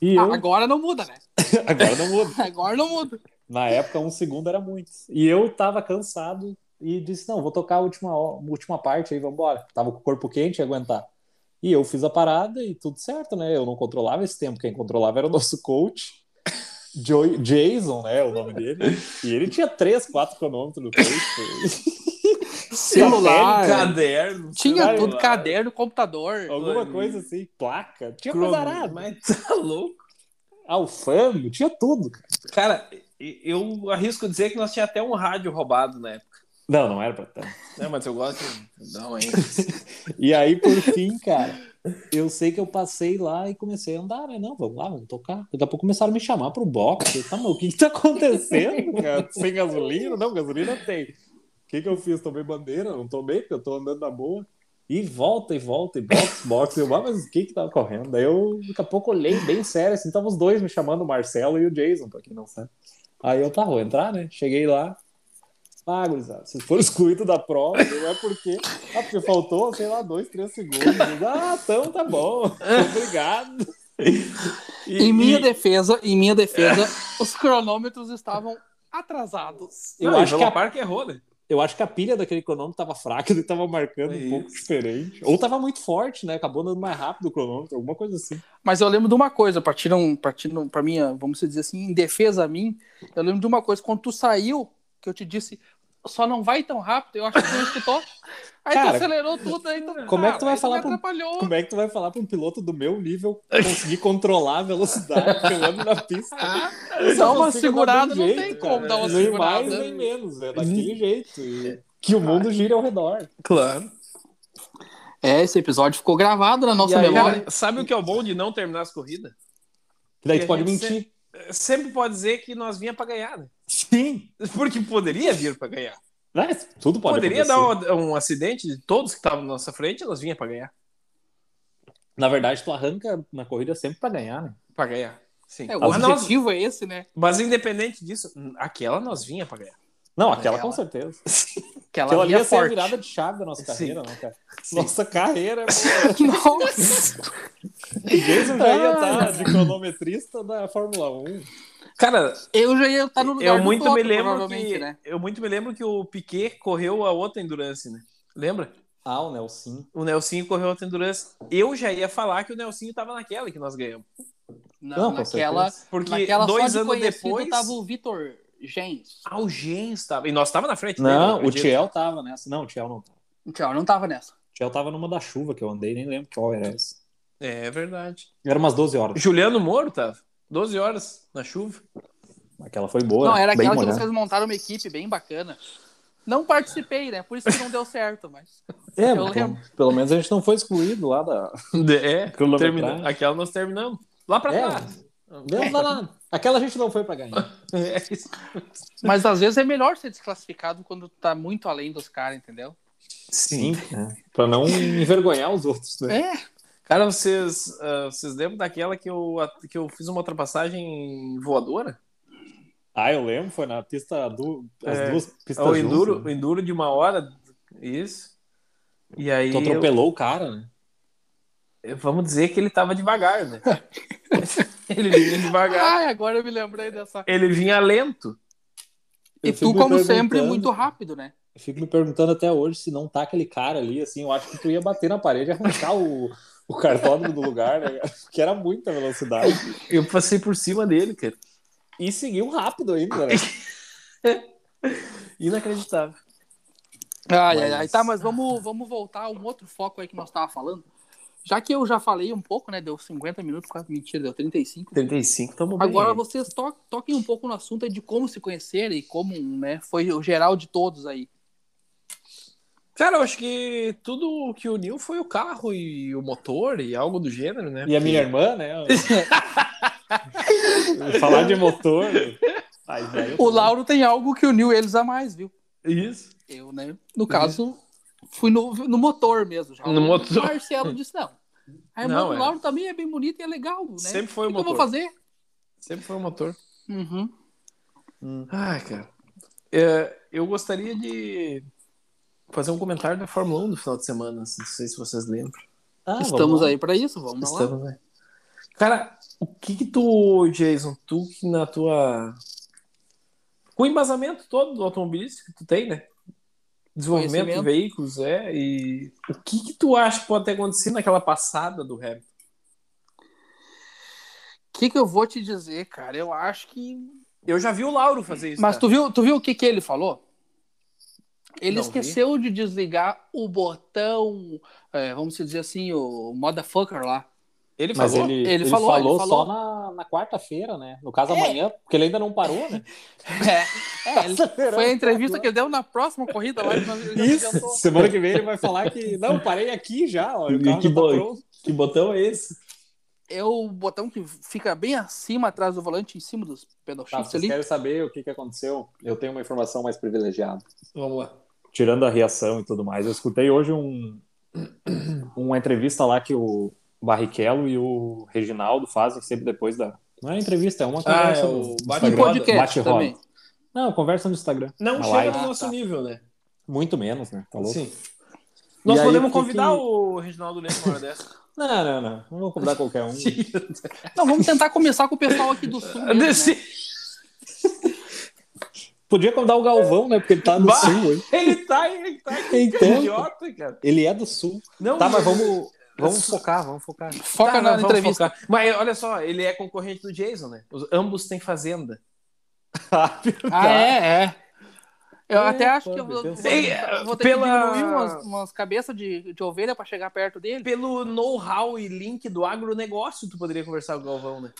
E
Ah,
eu.
agora não muda, né?
Agora não muda.
Agora não muda.
Na época, um segundo era muito. E eu tava cansado e disse: não, vou tocar a última, ho- última parte aí, vambora. Tava com o corpo quente, ia aguentar. E eu fiz a parada e tudo certo, né? Eu não controlava esse tempo. Quem controlava era o nosso coach, Joy, Jason, né? O nome dele. E ele tinha 3, 4 cronômetros no peito.
Celular.
Caderno.
Tinha
celular,
tudo, caderno, é computador.
Alguma coisa assim, placa. Tinha
Chrome,
coisa arada.
Mas tá louco.
Alfândego, tinha tudo. cara.
Cara, eu arrisco dizer que nós tinha até um rádio roubado na época.
Não, não era pra tanto.
Né? Mas eu gosto de dar um
E aí, por fim, cara, eu sei que eu passei lá e comecei a andar, né? Não, vamos lá, vamos tocar. Daqui a pouco começaram a me chamar pro box. Eu, tá, mas o que que tá acontecendo, cara? Sem gasolina? Não, gasolina tem. O que que eu fiz? Tomei bandeira? Não tomei, porque eu tô andando na boa. E volta, e volta, e box, box. Eu, ah, mas o que que tava correndo? Daí eu, daqui a pouco, olhei bem sério, assim, tava os dois me chamando, o Marcelo e o Jason, pra quem não sabe. Aí eu, tá, vou entrar, né? Cheguei lá. Ah, gurizada, vocês foram excluídos da prova, não é porque... Ah, porque faltou, sei lá, dois, três segundos. Ah, então tá bom. Obrigado. E,
Em minha
e
defesa, em minha defesa, os cronômetros estavam atrasados.
eu,
Não,
acho
e
que
o
a,
Parque errou, né?
eu acho que a pilha daquele cronômetro tava fraca, ele tava marcando
É
um pouco diferente. Ou tava muito forte, né? Acabou andando mais rápido o cronômetro, alguma coisa assim.
Mas eu lembro de uma coisa, partindo, partindo para minha, vamos dizer assim, em defesa a mim, eu lembro de uma coisa, quando tu saiu, que eu te disse, só não vai tão rápido, eu acho que tu não escutou. Aí
Cara,
tu acelerou tudo, aí tu,
como é que tu vai
aí
falar
me
pro-
atrapalhou.
Como é que tu vai falar pra um piloto do meu nível conseguir controlar a velocidade que eu ando na pista? Eu
Dá uma
consigo
segurada,
andar de
não
um
tem
jeito,
como dar uma
Nem mais,
segurada. né?
nem menos. É daquele jeito. e que o mundo gira ao redor.
Claro.
É, esse episódio ficou gravado na nossa
E aí,
memória.
sabe o que é o bom de não terminar as corridas?
E daí
E a
tu pode
gente
mentir.
Sempre pode dizer que nós vinha pra ganhar, né?
Sim.
Porque poderia vir pra ganhar.
Né? Tudo pode
poderia
acontecer.
dar um, um acidente de todos que estavam na nossa frente, nós vinha pra ganhar.
Na verdade, tu arranca na corrida sempre pra ganhar, né?
Pra ganhar. Sim.
É, o
Mas
nós-
objetivo é esse, né?
Mas independente disso, hum, aquela nós vinha pra ganhar.
Não, aquela
Ela-
com certeza.
Que ela
Aquela ali
ia
ia ser a
forte.
virada de chave da nossa carreira, não, cara?
Sim.
Nossa carreira, é pô.
Nossa.
o Jason já ia estar de cronometrista da Fórmula 1.
Cara,
Eu já ia estar no lugar
eu
do
muito
Toto,
me lembro
um provavelmente,
que
né?
eu muito me lembro que o Piquet correu a outra endurance, né? Lembra?
Ah, o Nelson.
O Nelsinho correu a outra endurance. Eu já ia falar que o Nelsinho tava naquela que nós ganhamos.
Não,
Não,
com
naquela,
certeza.
Porque
naquela
dois
só de
anos
conhecido
depois,
tava o Vitor Gens.
ah, o Gen estava. E nós estava na frente dele, eu
Não, o
acredito.
Tiel tava nessa. Não, o Tiel não tava.
Tchau, não tava nessa.
O Tiel tava numa da chuva que eu andei, nem lembro qual era essa.
É verdade.
Era umas 12 horas.
Juliano Moro tava. 12 horas na chuva.
Aquela foi boa.
Não,
né?
era
Bem
aquela que
molhada.
vocês montaram uma equipe bem bacana. Não participei, né? Por isso que não deu certo, mas.
É,
eu
pô,
lembro.
pelo menos a gente não foi excluído lá da.
É,
Cronometragem.
terminamos. Aquela nós terminamos. Lá pra
É.
cá.
Não dá nada. Aquela a gente não foi pra ganhar.
É isso.
Mas às vezes é melhor ser desclassificado quando tá muito além dos caras, entendeu?
é. Sim. Pra não envergonhar os outros, né?
É.
Cara, vocês, ah, vocês lembram daquela que eu, que eu fiz uma ultrapassagem voadora?
Ah, eu lembro, foi na pista do. As
É,
duas
É
pistas.
o
juntas,
enduro,
né?
o enduro de uma hora, isso. E aí,
Tu atropelou o cara, né?
eu- vamos dizer que ele tava devagar, né? ele vinha devagar,
Ai, agora eu me lembrei dessa.
ele vinha lento.
E
Eu fico
tu,
me
como sempre,
perguntando-
muito rápido, né?
Eu fico me perguntando até hoje se não tá aquele cara ali, assim, eu acho que tu ia bater na parede e arrancar o, o cartódromo do lugar, né? Porque era muita velocidade.
Eu passei por cima dele, cara.
E seguiu rápido ainda, né?
Inacreditável.
Ai,
Mas-
ai, ai. Tá, mas vamos, vamos voltar a um outro foco aí que nós tava falando. Já que eu já falei um pouco, né? Deu 50 minutos, quase mentira, deu 35.
35, tamo bem.
Agora vocês to- toquem um pouco no assunto aí de como se conhecerem e como, né? Foi o geral de todos aí.
Cara, eu acho que tudo o que uniu foi o carro e o motor e algo do gênero, né?
E a minha irmã, né? Falar de motor. Ai, daí eu-
O Lauro tem algo que uniu eles a mais, viu?
Isso.
Eu, né? No caso, fui no, no motor mesmo. Já.
Uhum. No motor.
O Marcelo disse não. A irmã
Não,
do
é.
Lauro também é bem bonita e é legal, né?
Sempre foi
o
o
que eu vou
motor.
fazer?
Sempre foi o motor.
Uhum.
Hum.
Ai, cara. É, eu gostaria de fazer um comentário da Fórmula 1 do final de semana. assim, Não sei se vocês lembram.
Ah, vamos
Estamos
lá.
aí pra isso, vamos lá.
Estamos, né? Cara, o que que tu, Jason, tu que na tua... Com o embasamento todo do automobilístico que tu tem, né? Desenvolvimento de
Conhecimento.
veículos, é. E o que que tu acha que pode ter acontecido naquela passada do Hamilton?
O que, que eu vou te dizer, cara? Eu acho que.
Eu já vi o Lauro fazer isso.
Mas
cara.
tu viu, tu viu o que, que ele falou? Ele
Não vi.
esqueceu de desligar o botão, é, vamos dizer assim, o motherfucker lá.
Ele
Mas
falou.
ele,
Ele
ele,
falou,
falou,
ele falou.
só na, na quarta-feira, né? No caso, amanhã, porque ele ainda não parou, né?
É, é, ele- foi a entrevista
né?
que ele deu na próxima corrida lá. que nós- ele
Isso,
adiantou.
semana que vem ele vai falar que não, parei aqui já, ó, o
E
carro
que
já tá
boi.
pronto.
Que botão é esse?
É o botão que fica bem acima, atrás do volante, em cima dos pedal
Tá,
shifts
vocês
ali.
querem saber o que, que aconteceu? Eu tenho uma informação mais privilegiada.
Vamos lá.
Tirando a reação e tudo mais, eu escutei hoje um, uma entrevista lá que o Barrichello e o Reginaldo fazem sempre depois da... Não é entrevista, é uma conversa
é
no
o
E
bate-roda.
Instagram.
podcast
Bate-roda.
também.
Não, conversa no Instagram.
Não
Uma
chega
live.
no
Ah,
nosso
tá.
nível, né?
Muito menos, né? Tá louco?
Sim.
E
Nós
aí,
podemos
o que
convidar
que-
o Reginaldo Leme uma hora dessa.
Não, não, não. Não vou convidar qualquer um.
Não, vamos tentar começar com o pessoal aqui do sul. mesmo, né?
Podia convidar o Galvão, né? Porque ele tá no
Bah!
sul hoje.
Ele tá, ele tá que
Então.
idiota, cara.
Ele é do sul.
Não,
Tá, mas vamos, vamos
Sul.
focar, vamos focar.
Foca
Tá,
na
não, vamos
entrevista.
focar. Mas olha só, ele é concorrente do Jason, né? Os- ambos têm fazenda.
Ah, é, é. Eu
É,
até acho que eu
pode,
vou,
pensa.
vou- vou ter
Pela-
que diminuir umas, umas cabeças de, de ovelha pra chegar perto dele.
Pelo know-how e link do agronegócio, tu poderia conversar com o Galvão, né?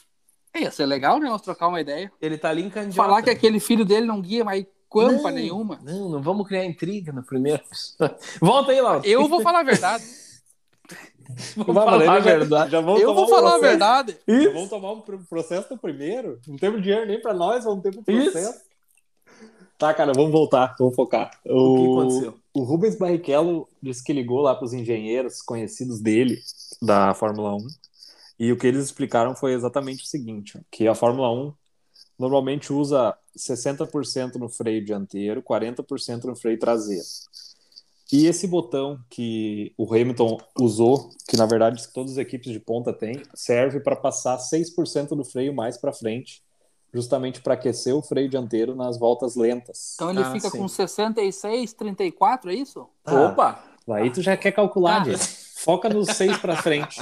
Ia ser legal, né? Nós trocar uma ideia.
Ele tá ali em candidato.
Falar que é- aquele filho dele não guia mais campa
Não.
nenhuma.
Não, não vamos criar intriga no primeiro. Volta aí, Laura.
Eu vou falar a verdade.
Vamos falar a verdade.
Já vamos um
Eu vou falar a verdade.
Isso. Vamos tomar um pro- processo do primeiro. Não temos dinheiro nem pra nós, vamos ter pro processo. Tá, cara, vamos voltar, vamos focar.
O que aconteceu?
O Rubens Barrichello disse que ligou lá pros engenheiros conhecidos dele, da Fórmula 1, e o que eles explicaram foi exatamente o seguinte, ó, que a Fórmula 1 normalmente usa 60% no freio dianteiro, 40% no freio traseiro. E esse botão que o Hamilton usou, que na verdade todas as equipes de ponta têm, serve para passar 6% do freio mais para frente, justamente para aquecer o freio dianteiro nas voltas lentas.
Então ele
Ah,
fica
sim.
com 66, 34, é isso?
Ah,
Opa!
Aí tu já quer calcular,
Ah.
Diego. Foca nos 6 para frente.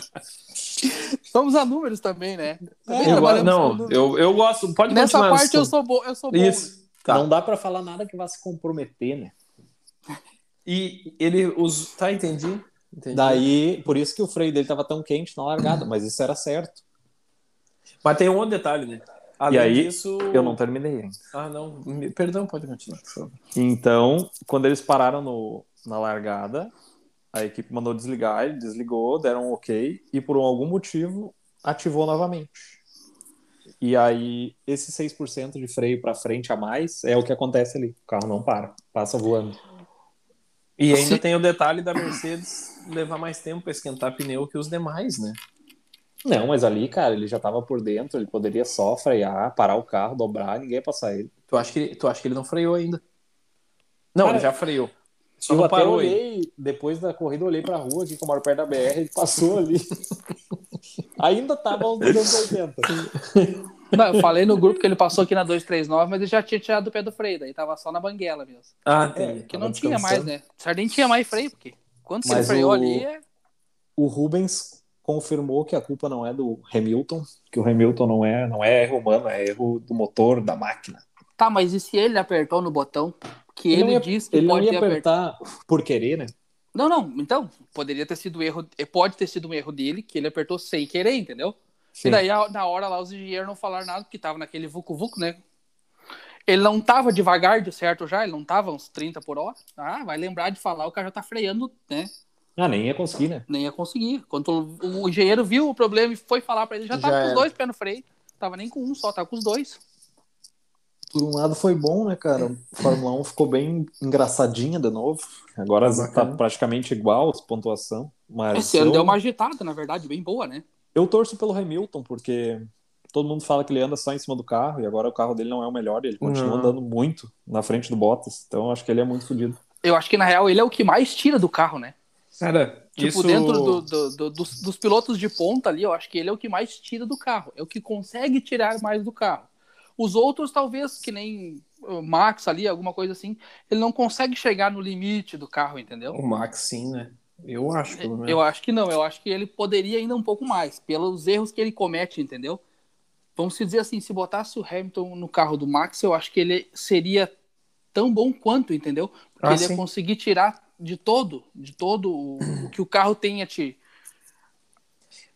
Vamos a números também, né?
É,
Também
Eu,
trabalhamos com
não,
números.
eu, eu gosto. Pode
Nessa
continuar.
parte eu sou bom, eu sou bom. né?
Isso. Tá.
Não dá para falar nada que vá se comprometer, né?
E ele os Tá, entendi. entendi.
Daí, por isso que o freio dele tava tão quente na largada, mas isso era certo.
Mas tem um outro detalhe, né? Além
aí,
disso.
Eu não terminei ainda.
Ah, não. Me- Perdão, pode continuar, por favor.
Então, quando eles pararam no- na largada, a equipe mandou desligar, ele desligou, deram um ok, e por algum motivo ativou novamente. E aí, esse 6% de freio para frente a mais é o que acontece ali. O carro não para, passa voando.
E ainda
Sim.
tem o detalhe da Mercedes levar mais tempo para esquentar pneu que os demais, né?
Não, mas ali, cara, ele já tava por dentro, ele poderia só frear, parar o carro, dobrar, ninguém ia passar ele.
Tu acha que, tu acha que ele não freou ainda? Não,
Cara,
ele já freou. Só
eu
não
até
parou aí.
olhei, depois da corrida, eu olhei pra rua aqui, que eu moro perto da BR, ele passou ali. Ainda tava aos 280.
Não, eu falei no grupo que ele passou aqui na 239, mas ele já tinha tirado o pé do freio, daí tava só na banguela mesmo.
Ah,
entendi.
Porque É, não tinha mais, né? O Sarden tinha mais freio, porque quando você
Mas
freou
o-
ali, é-
O Rubens confirmou que a culpa não é do Hamilton, que o Hamilton não é, não é erro humano, é erro do motor, da máquina.
Tá, mas e se ele apertou no botão? Que
Ele
ele,
não ia-
diz que
Ele não
pode
ia
ter apertado.
apertar por querer, né?
Não, não, então, poderia ter sido um erro, eh, pode ter sido um erro dele, que ele apertou sem querer, entendeu? E daí, a- na hora lá, os engenheiros não falaram nada, porque tava naquele vucu-vucu, né? Ele não tava devagar de certo já, ele não tava uns 30 por hora. Ah, vai lembrar de falar, o cara já tá freando, né?
Ah, nem ia conseguir, né?
Nem ia conseguir. Quando o, o engenheiro viu o problema e foi falar pra ele, já tava
Já
com os
era.
dois pés no freio. Tava nem com um só, tava com os dois.
Por um lado foi bom, né, cara? A Fórmula 1 ficou bem engraçadinha de novo. Agora tá
Bacana.
praticamente igual a pontuação. Mas
Esse ano
eu,
deu uma agitada, na verdade, bem boa, né?
eu torço pelo Hamilton, porque todo mundo fala que ele anda só em cima do carro e agora o carro dele não é o melhor e ele continua
Não.
andando muito na frente do Bottas. Então eu acho que ele é muito fodido.
Eu acho que, na real, ele é o que mais tira do carro, né?
Cara,
Tipo,
isso...
dentro do- do- do- dos, dos pilotos de ponta ali, eu acho que ele é o que mais tira do carro. É o que consegue tirar mais do carro. Os outros, talvez, que nem o Max ali, alguma coisa assim, ele não consegue chegar no limite do carro, entendeu?
O Max, sim, né? Eu acho, pelo menos.
Eu acho que não. Eu acho que ele poderia ainda um pouco mais, pelos erros que ele comete, entendeu? Vamos se dizer assim, se botasse o Hamilton no carro do Max, eu acho que ele seria tão bom quanto, entendeu? Porque
Ah,
ele ia
sim.
conseguir tirar de todo, de todo o, o que o carro tem a te,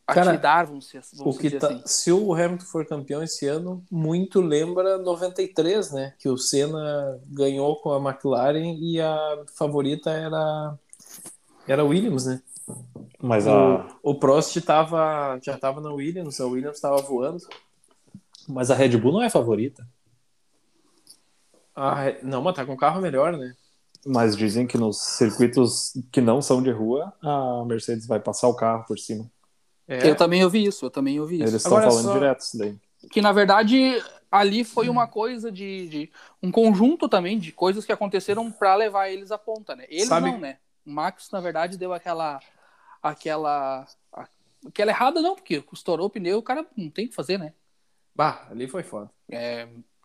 a
Cara,
te dar, vamos, se- vamos
O que
dizer
tá-
assim.
Se o Hamilton for campeão esse ano, muito lembra 93, né? Que o Senna ganhou com a McLaren e a favorita era era a Williams, né?
Mas a,
O Prost tava, já tava na Williams, a Williams tava voando.
mas a Red Bull não é a favorita.
Ah, é- não, mas tá com um carro melhor, né?
Mas dizem que nos circuitos que não são de rua, a Mercedes vai passar o carro por cima.
É.
Eu também ouvi isso, eu também ouvi isso.
Eles estão
Agora
falando
só-
direto isso daí.
que na verdade ali foi
Hum.
uma coisa de, de- um conjunto também de coisas que aconteceram pra levar eles à ponta, né? Eles
Sabe-
não, né? O Max na verdade deu aquela aquela a- aquela errada não, porque estourou o pneu, o cara não tem o que fazer, né?
Bah, ali foi foda.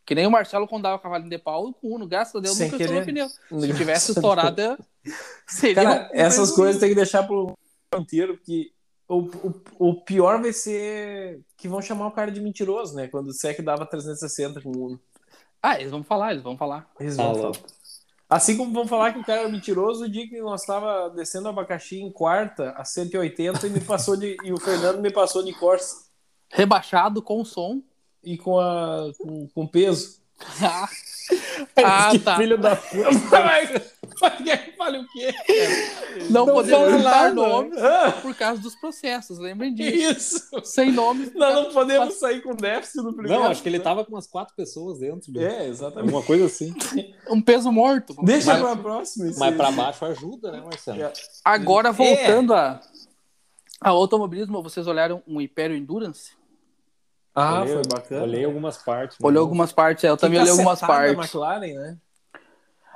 Que nem o Marcelo quando dava cavalinho de pau com o Uno, graças a Deus
Sem
nunca estourou o
querer.
pneu. Se tivesse estourado seria
Cara,
um-
essas
um-
coisas tem que deixar pro inteiro, porque o, o, o pior vai ser que vão chamar o cara de mentiroso, né? Quando disser que dava 360 com o Uno.
Ah, eles vão falar, eles vão falar.
Eles
Ah,
vão
lá.
falar. Assim como vão falar que o cara é mentiroso o dia que nós tava descendo abacaxi em quarta a 180 e me passou de e o Fernando me passou de corsa
Rebaixado com o som.
e com a com, com peso.
Ah, Ah,
Que
tá.
filho da
Falei o quê?
Não, podemos
falei
citar
nada.
nomes
Ah,
por causa dos processos, lembrem disso.
isso.
Sem nomes.
Nós não podemos sair com déficit no primeiro.
Não, acho que ele tá tava com umas quatro pessoas dentro. né?
É, exatamente.
Alguma coisa assim.
Um peso morto.
Deixa
Mas-
pra próxima. esse-
Mas pra baixo ajuda, né, Marcelo?
É.
Agora,
É.
voltando a, ao automobilismo, vocês olharam um Império Endurance?
Ah,
Olhei-
foi bacana.
Olhei algumas partes.
Olhou
mas-
algumas partes, é, eu também
Que
olhei algumas
cacetada da
partes.
McLaren, né?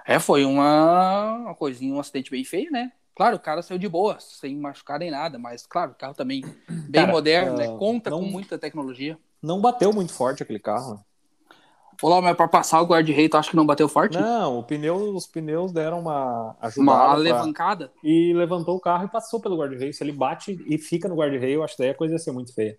É, foi uma, uma coisinha, um acidente bem feio, né? Claro, o cara saiu de boa, sem machucar nem nada, mas claro, o carro também bem
Cara,
moderno,
ah,
né? Conta
não-
com muita tecnologia.
Não bateu muito forte aquele carro. né?
Olá, mas pra passar o guarda-rei, tu acha que não bateu forte?
Não, o pneu, os pneus deram uma ajudada.
Tipo- Uma
pra-
alavancada?
E levantou o carro e passou pelo guarda-reio. Se ele bate e fica no guarda-reio, eu acho que daí a coisa ia ser muito feia.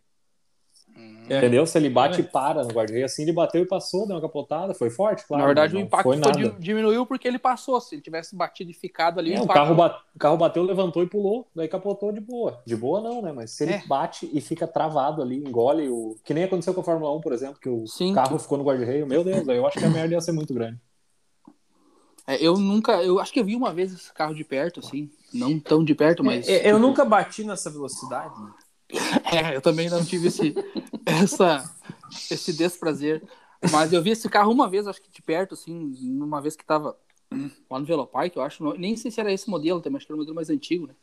Hum.
É.
Entendeu? Se ele bate e para no guarda-reio, assim, ele bateu e passou, deu uma capotada, foi forte, claro.
Na verdade, o
mas não
impacto
foi
foi
nada.
di- diminuiu porque ele passou. Se ele tivesse batido e ficado ali,
É,
o
o,
impacto
carro ba- o carro bateu, levantou e pulou, daí capotou de boa. De boa não, né? Mas se ele
É.
bate e fica travado ali, engole o. Que nem aconteceu com a Fórmula 1, por exemplo, que o
Sim.
carro ficou no guarda-reio, meu Deus, daí eu acho que a merda ia ser muito grande.
É, eu nunca, eu acho que eu vi uma vez esse carro de perto, assim, não tão de perto, mas
É, Eu nunca bati nessa velocidade. né?
É, eu também não tive esse, essa, esse desprazer, mas eu vi esse carro uma vez, acho que de perto, assim, numa vez que tava lá no Velopark, eu acho, não- nem sei se era esse modelo, também acho que era um modelo mais antigo, né?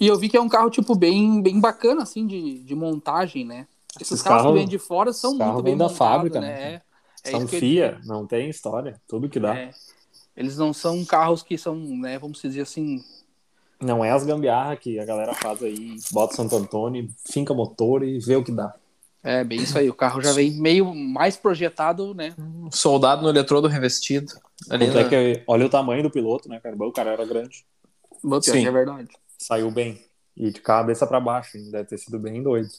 E E eu vi que é um carro, tipo, bem, bem bacana, assim, de, de montagem, né? Esses,
Esses
carros,
carros-
que vêm de fora são
esses carros
muito bem
vêm da
montados,
fábrica,
né? É, é
São tá?
isso que eu-
FIA, não tem história, tudo que dá.
é. Eles não são carros que são, né, vamos dizer assim,
Não é as gambiarra que a galera faz aí, bota Santo Antônio, finca motor e vê o que dá.
é bem isso aí, o carro já vem meio mais projetado, né?
Um Soldado no eletrodo revestido. Ali né?
Tanto é
na-
que, olha o tamanho do piloto, né, cara? O cara era grande.
Bom, pior
Sim.
que é verdade.
Saiu bem. E de cabeça pra baixo, hein? deve ter sido bem doido.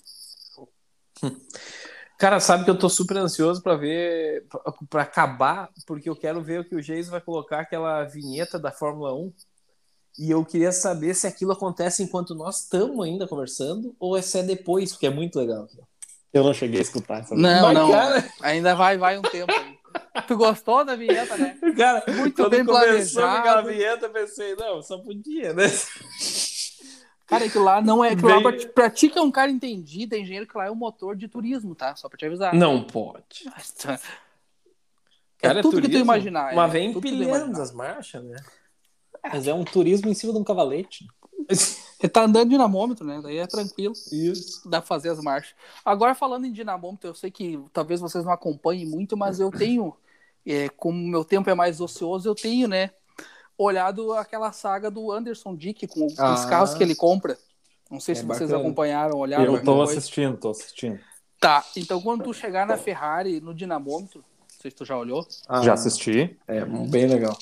Cara, sabe que eu tô super ansioso pra ver, pra- pra acabar, porque eu quero ver o que o Geis vai colocar aquela vinheta da Fórmula 1. E eu queria saber se aquilo acontece enquanto nós estamos ainda conversando ou se é depois, porque é muito legal.
Eu não cheguei a escutar essa
Não,
Mas,
não,
Cara,
ainda vai, vai um tempo. aí. tu gostou da vinheta, né?
cara,
Muito
quando
bem
começou com aquela
planejado.
vinheta, eu pensei, não, só podia, né?
Cara, aquilo lá não é. Aquilo lá
Bem-
pra, pra ti que é um cara entendido, é engenheiro, que lá é um motor de turismo, tá? Só pra te avisar.
Não pode.
é tudo que tu imaginar.
Mas
é,
vem
tudo que tu
empilhando
imaginar.
as marchas, né?
Mas é um turismo em cima de um cavalete.
Ele tá andando dinamômetro, né? Daí é tranquilo.
Isso.
Dá pra fazer as marchas. Agora, falando em dinamômetro, eu sei que talvez vocês não acompanhem muito, mas eu tenho. é, como meu tempo é mais ocioso, eu tenho, né? Olhado aquela saga do Anderson Dick com os
Ah.
carros que ele compra. Não sei
É
se vocês
bacana.
acompanharam, olharam.
Eu
alguma
tô
coisa.
assistindo, tô assistindo.
Tá, então quando tu chegar na Ferrari, no dinamômetro, não sei se tu já olhou,
Já assisti.
É, bem legal.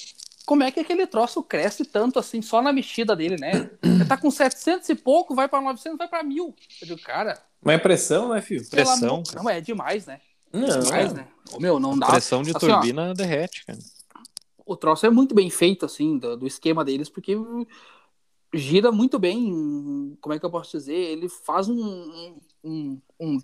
como é que aquele troço cresce tanto assim, só na mexida dele, né? Ele tá com 700 e pouco, vai pra 900, vai pra 1000. Eu digo, cara,
Mas é pressão, né, filho?
pelo
Pressão,
amor-
cara.
Não, é demais, né?
Não,
É demais, né? Ô, meu, não dá.
Pressão de
Assim, ó,
turbina derrete, cara.
o troço é muito bem feito, assim, do, do esquema deles, porque gira muito bem, como é que eu posso dizer? Ele faz um- um- um, um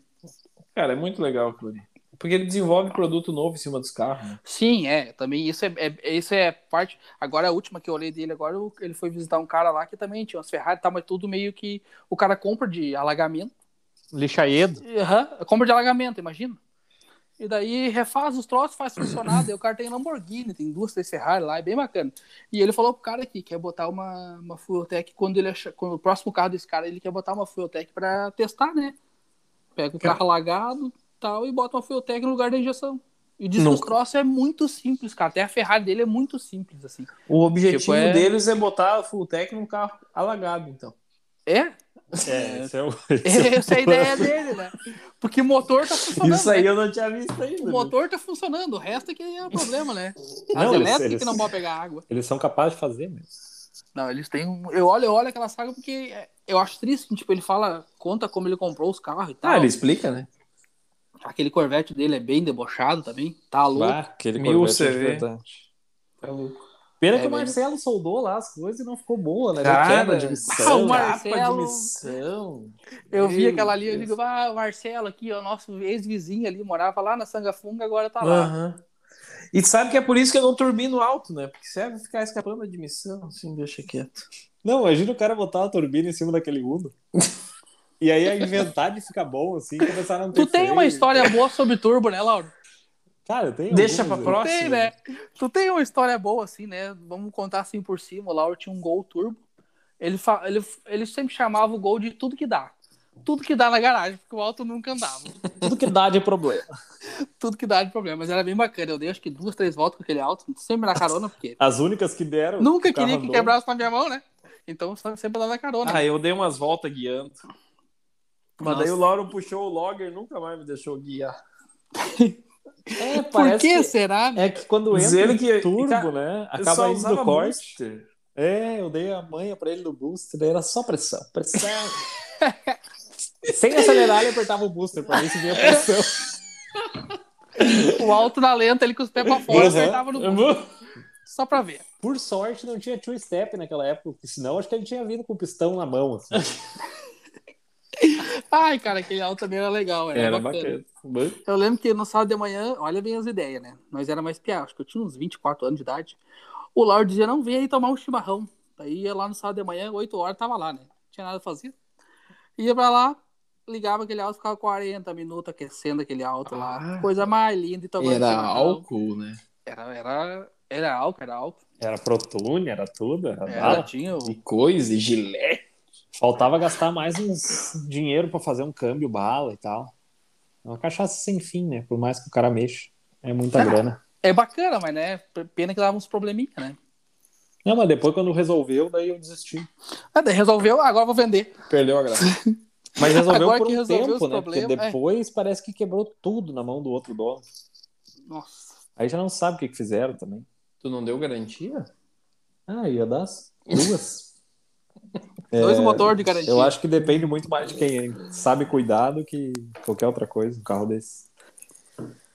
Cara, é muito legal aquilo ali. Porque ele desenvolve produto novo em cima dos carros. né?
Sim, é, também isso é, é- é- isso é parte. Agora a última que eu olhei dele agora, o- ele foi visitar um cara lá que também tinha umas Ferrari e tal, mas tudo meio que o cara compra de alagamento.
Lixaedo.
Aham, é compra de alagamento, imagina. E daí refaz os troços, faz funcionar. daí o cara tem Lamborghini, tem duas, três Ferrari lá, é bem bacana. E ele falou pro cara que quer botar uma, uma Fueltech quando ele achar, quando o próximo carro desse cara, ele quer botar uma Fueltech pra testar, né? Pega o
É.
carro lagado tal e bota uma Fueltech no lugar da injeção. E diz
Nunca.
que os troços é muito simples, cara. Até a Ferrari dele é muito simples, assim.
O objetivo
Tipo, é-
deles é botar a full tech num carro alagado, então.
É?
É, esse é o.
Essa é a ideia dele, né? Porque o motor tá funcionando.
Isso aí
né?
eu não é um tinha visto ainda.
O motor tá funcionando, o resto é que é o problema, né? As
Não, eles-
elétricas
eles-
que não vão pegar água.
Eles são capazes de fazer mesmo.
Não, eles têm um... Eu olho, eu olho aquela saga porque é, eu acho triste, que, tipo, ele fala, conta como ele comprou os carros e tal.
Ah, ele explica, né?
Aquele Corvette dele é bem debochado também, tá louco.
Bah, aquele
Mil
Corvette é de
CV.
verdade.
Pena
É
que o
mesmo.
Marcelo soldou lá as coisas e não ficou boa, né? Deu
Cara,
quebra de missão.
ah, o
né?
Marcelo-
Capa de missão.
Eu vi
Meu
aquela ali, eu
Deus.
digo, ah, o Marcelo aqui, ó, nosso ex-vizinho ali, morava lá na Sangafunga, agora tá lá.
Aham. E sabe que é por isso que eu não turbino alto, né? Porque serve ficar escapando de missão, assim, deixa quieto.
Não, imagina o cara botar a turbina em cima daquele Uno. e aí a inventar de ficar bom, assim, começar a não ter
Tu tem
freio.
uma história boa sobre turbo, né, Lauro?
Cara, eu tenho
Deixa
algumas,
pra
né?
Tu tem,
Próximo.
né? Tu tem uma história boa, assim, né? Vamos contar assim por cima. O Lauro tinha um gol turbo. Ele, fa- ele... ele sempre chamava o gol de tudo que dá. Tudo que dá na garagem, porque o alto nunca andava.
Tudo que dá de problema.
Tudo que dá de problema. Mas era bem bacana. Eu dei acho que duas, três voltas com aquele alto, sempre na carona, porque
As únicas que deram.
nunca
o carro
queria que
andou.
quebrasse na minha mão, né? Então sempre andava na carona.
Ah, eu dei umas voltas guiando. Mas daí o Lauro puxou o logger e nunca mais me deixou guiar.
É,
Por
parece
que,
que...
será? né?
É que quando
Diz
entra
ele
em
que-
turbo,
cara,
né?
Eu
Acaba indo do corte.
booster.
É, eu dei a manha pra ele do booster, daí era só pressão. Pressão. Sem acelerar, ele apertava o booster pra ver se vinha pressão.
O é alto na lenta, ele com os pés pra fora,
Uhum.
acertava no gol. Só pra ver.
Por sorte, não tinha two step naquela época, porque senão acho que ele tinha vindo com o pistão na mão. Assim.
Ai, cara, aquele alto também era legal. Era,
Era
bacana.
bacana.
Eu lembro que no sábado de manhã, olha bem as ideias, né? Nós era mais piá, acho que eu tinha uns 24 anos de idade. O Lauro dizia, não, vem aí tomar um chimarrão. Aí ia lá no sábado de manhã, 8 horas, tava lá, né? Não tinha nada a fazer. Ia pra lá, ligava aquele alto, ficava 40 minutos aquecendo aquele alto lá.
Ah.
Coisa mais linda e tomando
Era
chimarrão.
álcool, né?
Era, era, era álcool, era álcool.
Era protune, era tudo, era
Era,
bala.
tinha o
E coisa, e gilete.
Faltava gastar mais uns dinheiro pra fazer um câmbio bala e tal. É uma cachaça sem fim, né? Por mais que o cara mexa. É muita grana.
É bacana, mas né? p- Pena que dava uns probleminha, né?
Não, mas depois quando resolveu, daí eu desisti.
Ah, daí resolveu, ah, agora eu vou vender.
Perdeu a graça.
Mas resolveu
Agora
por
que
um
resolveu os
tempo, né? Porque
problemas, é.
depois parece que quebrou tudo na mão do outro dono.
Nossa.
Aí já não sabe o que, que fizeram também.
Tu não deu garantia?
Ah, ia das duas.
Dois motor de garantia.
É, Eu acho que depende muito mais de quem sabe cuidar do que qualquer outra coisa, um carro desse.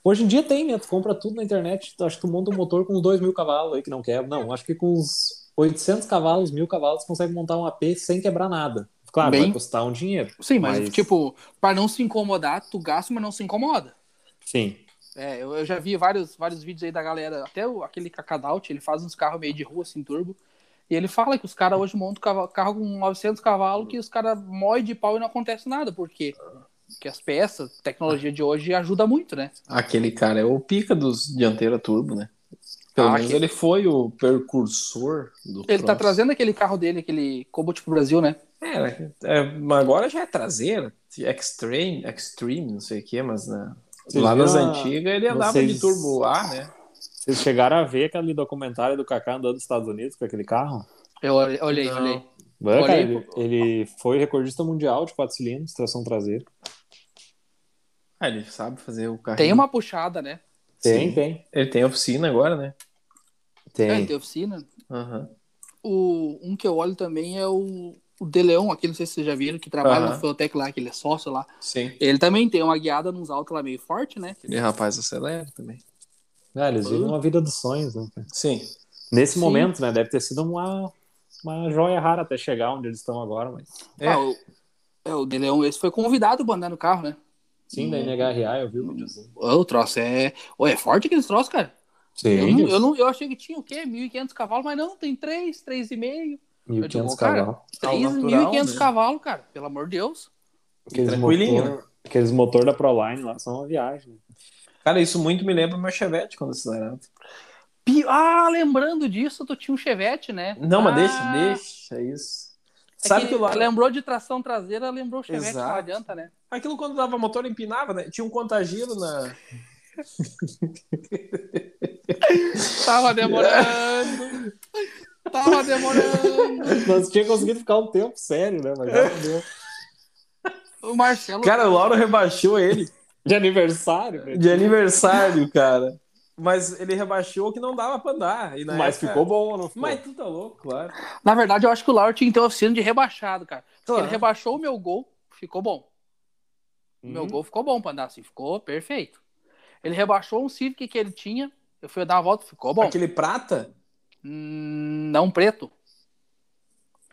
Hoje em dia tem, né? Tu compra tudo na internet. tu- Acho que tu monta um motor com uns 2 mil cavalos aí que não quebra. Não, acho que com uns 800 cavalos, 1000 cavalos, tu consegue montar um AP sem quebrar nada. Claro,
Bem-
vai custar um dinheiro.
Sim, mas,
Mas-
tipo, pra não se incomodar, tu gasta, mas não se incomoda.
Sim.
É, eu, eu já vi vários, vários vídeos aí da galera, até o, aquele Cacadaut, ele faz uns carros meio de rua, assim, turbo. E ele fala que os caras hoje montam cava- carro com 900 cavalos, que os caras moem de pau e não acontece nada, porque que as peças, tecnologia de hoje ajuda muito, né?
Aquele cara é o pica dos dianteira turbo, né? Pelo
Ah,
menos
que-
ele foi o precursor do
Ele tá
troço.
trazendo aquele carro dele, aquele Cobalt pro Brasil, né?
É, é, mas agora já é traseira, extreme, extreme, não sei o que, mas né,
Vocês
lá nas
viram a-
antigas ele andava de
vocês-
turbo A, né?
Vocês chegaram a ver aquele documentário do Kaká andando nos Estados Unidos com aquele carro?
Eu olhei, olhei.
Não.
olhei.
Vai, cara,
Olha aí,
ele, ele foi recordista mundial de quatro cilindros, tração traseira.
Ah, ele sabe fazer o carro.
Tem uma puxada, né?
Tem,
Sim.
tem. então,
Ele tem oficina agora, né?
É, tem oficina.
Aham.
O, um que eu olho também é o, o De Leon, aqui, não sei se vocês já viram, que trabalha
Aham.
na Feotec lá, que ele é sócio lá.
Sim.
Ele também tem uma guiada nos altos lá meio forte, né?
Aquele rapaz acelera também.
Ah, eles vivem uma vida dos sonhos, né? cara?
Sim.
Nesse
Sim.
momento, né? Deve ter sido uma, uma joia rara até chegar onde eles estão agora, mas.
É.
Ah, o, é, o De Leon, esse foi convidado pra andar no carro, né?
Sim, da NHRA, eu vi o videozinho.
Ô, O troço é. Ô, é forte aqueles troços, cara. Eu, não, eu, não, eu achei que tinha o quê? 1.500 cavalos, mas não, tem 3, 3,5. eu digo,
1.500
cara,
cavalos.
3,
Ao Tá natural,
1.500
né?
cavalos, cara. Pelo amor de Deus.
Aqueles
Tranquilinho,
motor, aqueles motor da Proline lá são uma viagem.
Cara, isso muito me lembra o meu Chevette quando acelerava.
Pi- Ah, lembrando disso, tu tinha um Chevette, né?
Não, mas
Ah,
deixa, deixa, é isso.
é
Sabe que, lá,
Lembrou de tração traseira, lembrou o Chevette, não
Exato.
adianta, né?
aquilo quando dava motor empinava, né? Tinha um contagiro na,
Tava demorando. Tava demorando.
Nós tínhamos conseguido ficar um tempo sério, né? Mas já deu.
O Marcelo.
Cara, o Lauro rebaixou ele
De aniversário, né?
de aniversário, cara. Mas ele rebaixou que não dava pra andar. E na
mas
época-
ficou bom, não ficou?
Mas tu tá louco, claro.
Na verdade, eu acho que o Lauro tinha que ter oficina de rebaixado, cara. Porque
Claro.
Ele rebaixou o meu gol, ficou bom. O meu
Uhum.
Hum.
gol ficou bom pra andar assim, ficou perfeito. Ele rebaixou um Civic que ele tinha, eu fui dar uma volta, ficou bom.
Aquele prata.
Hum, não preto.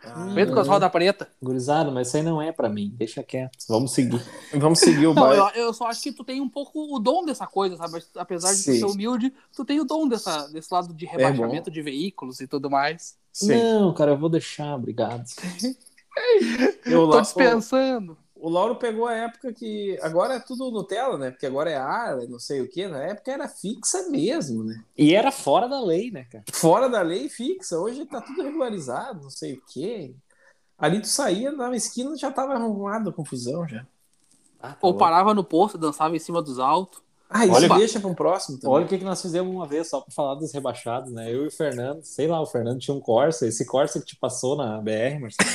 Hum.
Preto com
Uhum.
as rodas pretas.
Gurizada, mas isso aí não é pra mim. Deixa quieto. Vamos seguir.
Vamos seguir o
Não,
baile.
eu, eu só acho que tu tem um pouco o dom dessa coisa, sabe? Mas, Apesar de tu
Sim. É
ser humilde, tu tem o dom dessa, desse lado de rebaixamento de veículos e tudo mais.
Sim.
Não, cara, eu vou deixar, obrigado.
Eu,
Tô
Lau-
dispensando.
o, o Lauro pegou a época que. Agora é tudo Nutella, né? Porque agora é ar, não sei o que. Na época era fixa mesmo, né?
E era fora da lei, né, cara?
Fora da lei fixa. Hoje tá tudo regularizado, não sei o que. Ali tu saía, na esquina já tava arrumado, confusão já.
Ah, tá
Ou parava no posto, dançava em cima dos altos.
Ah, isso
Olha-
deixa pra um próximo também.
Olha o que, que nós fizemos uma vez, só pra falar dos rebaixados, né? Eu e o Fernando, sei lá, o Fernando tinha um Corsa, esse Corsa que te passou na BR, Marcelo.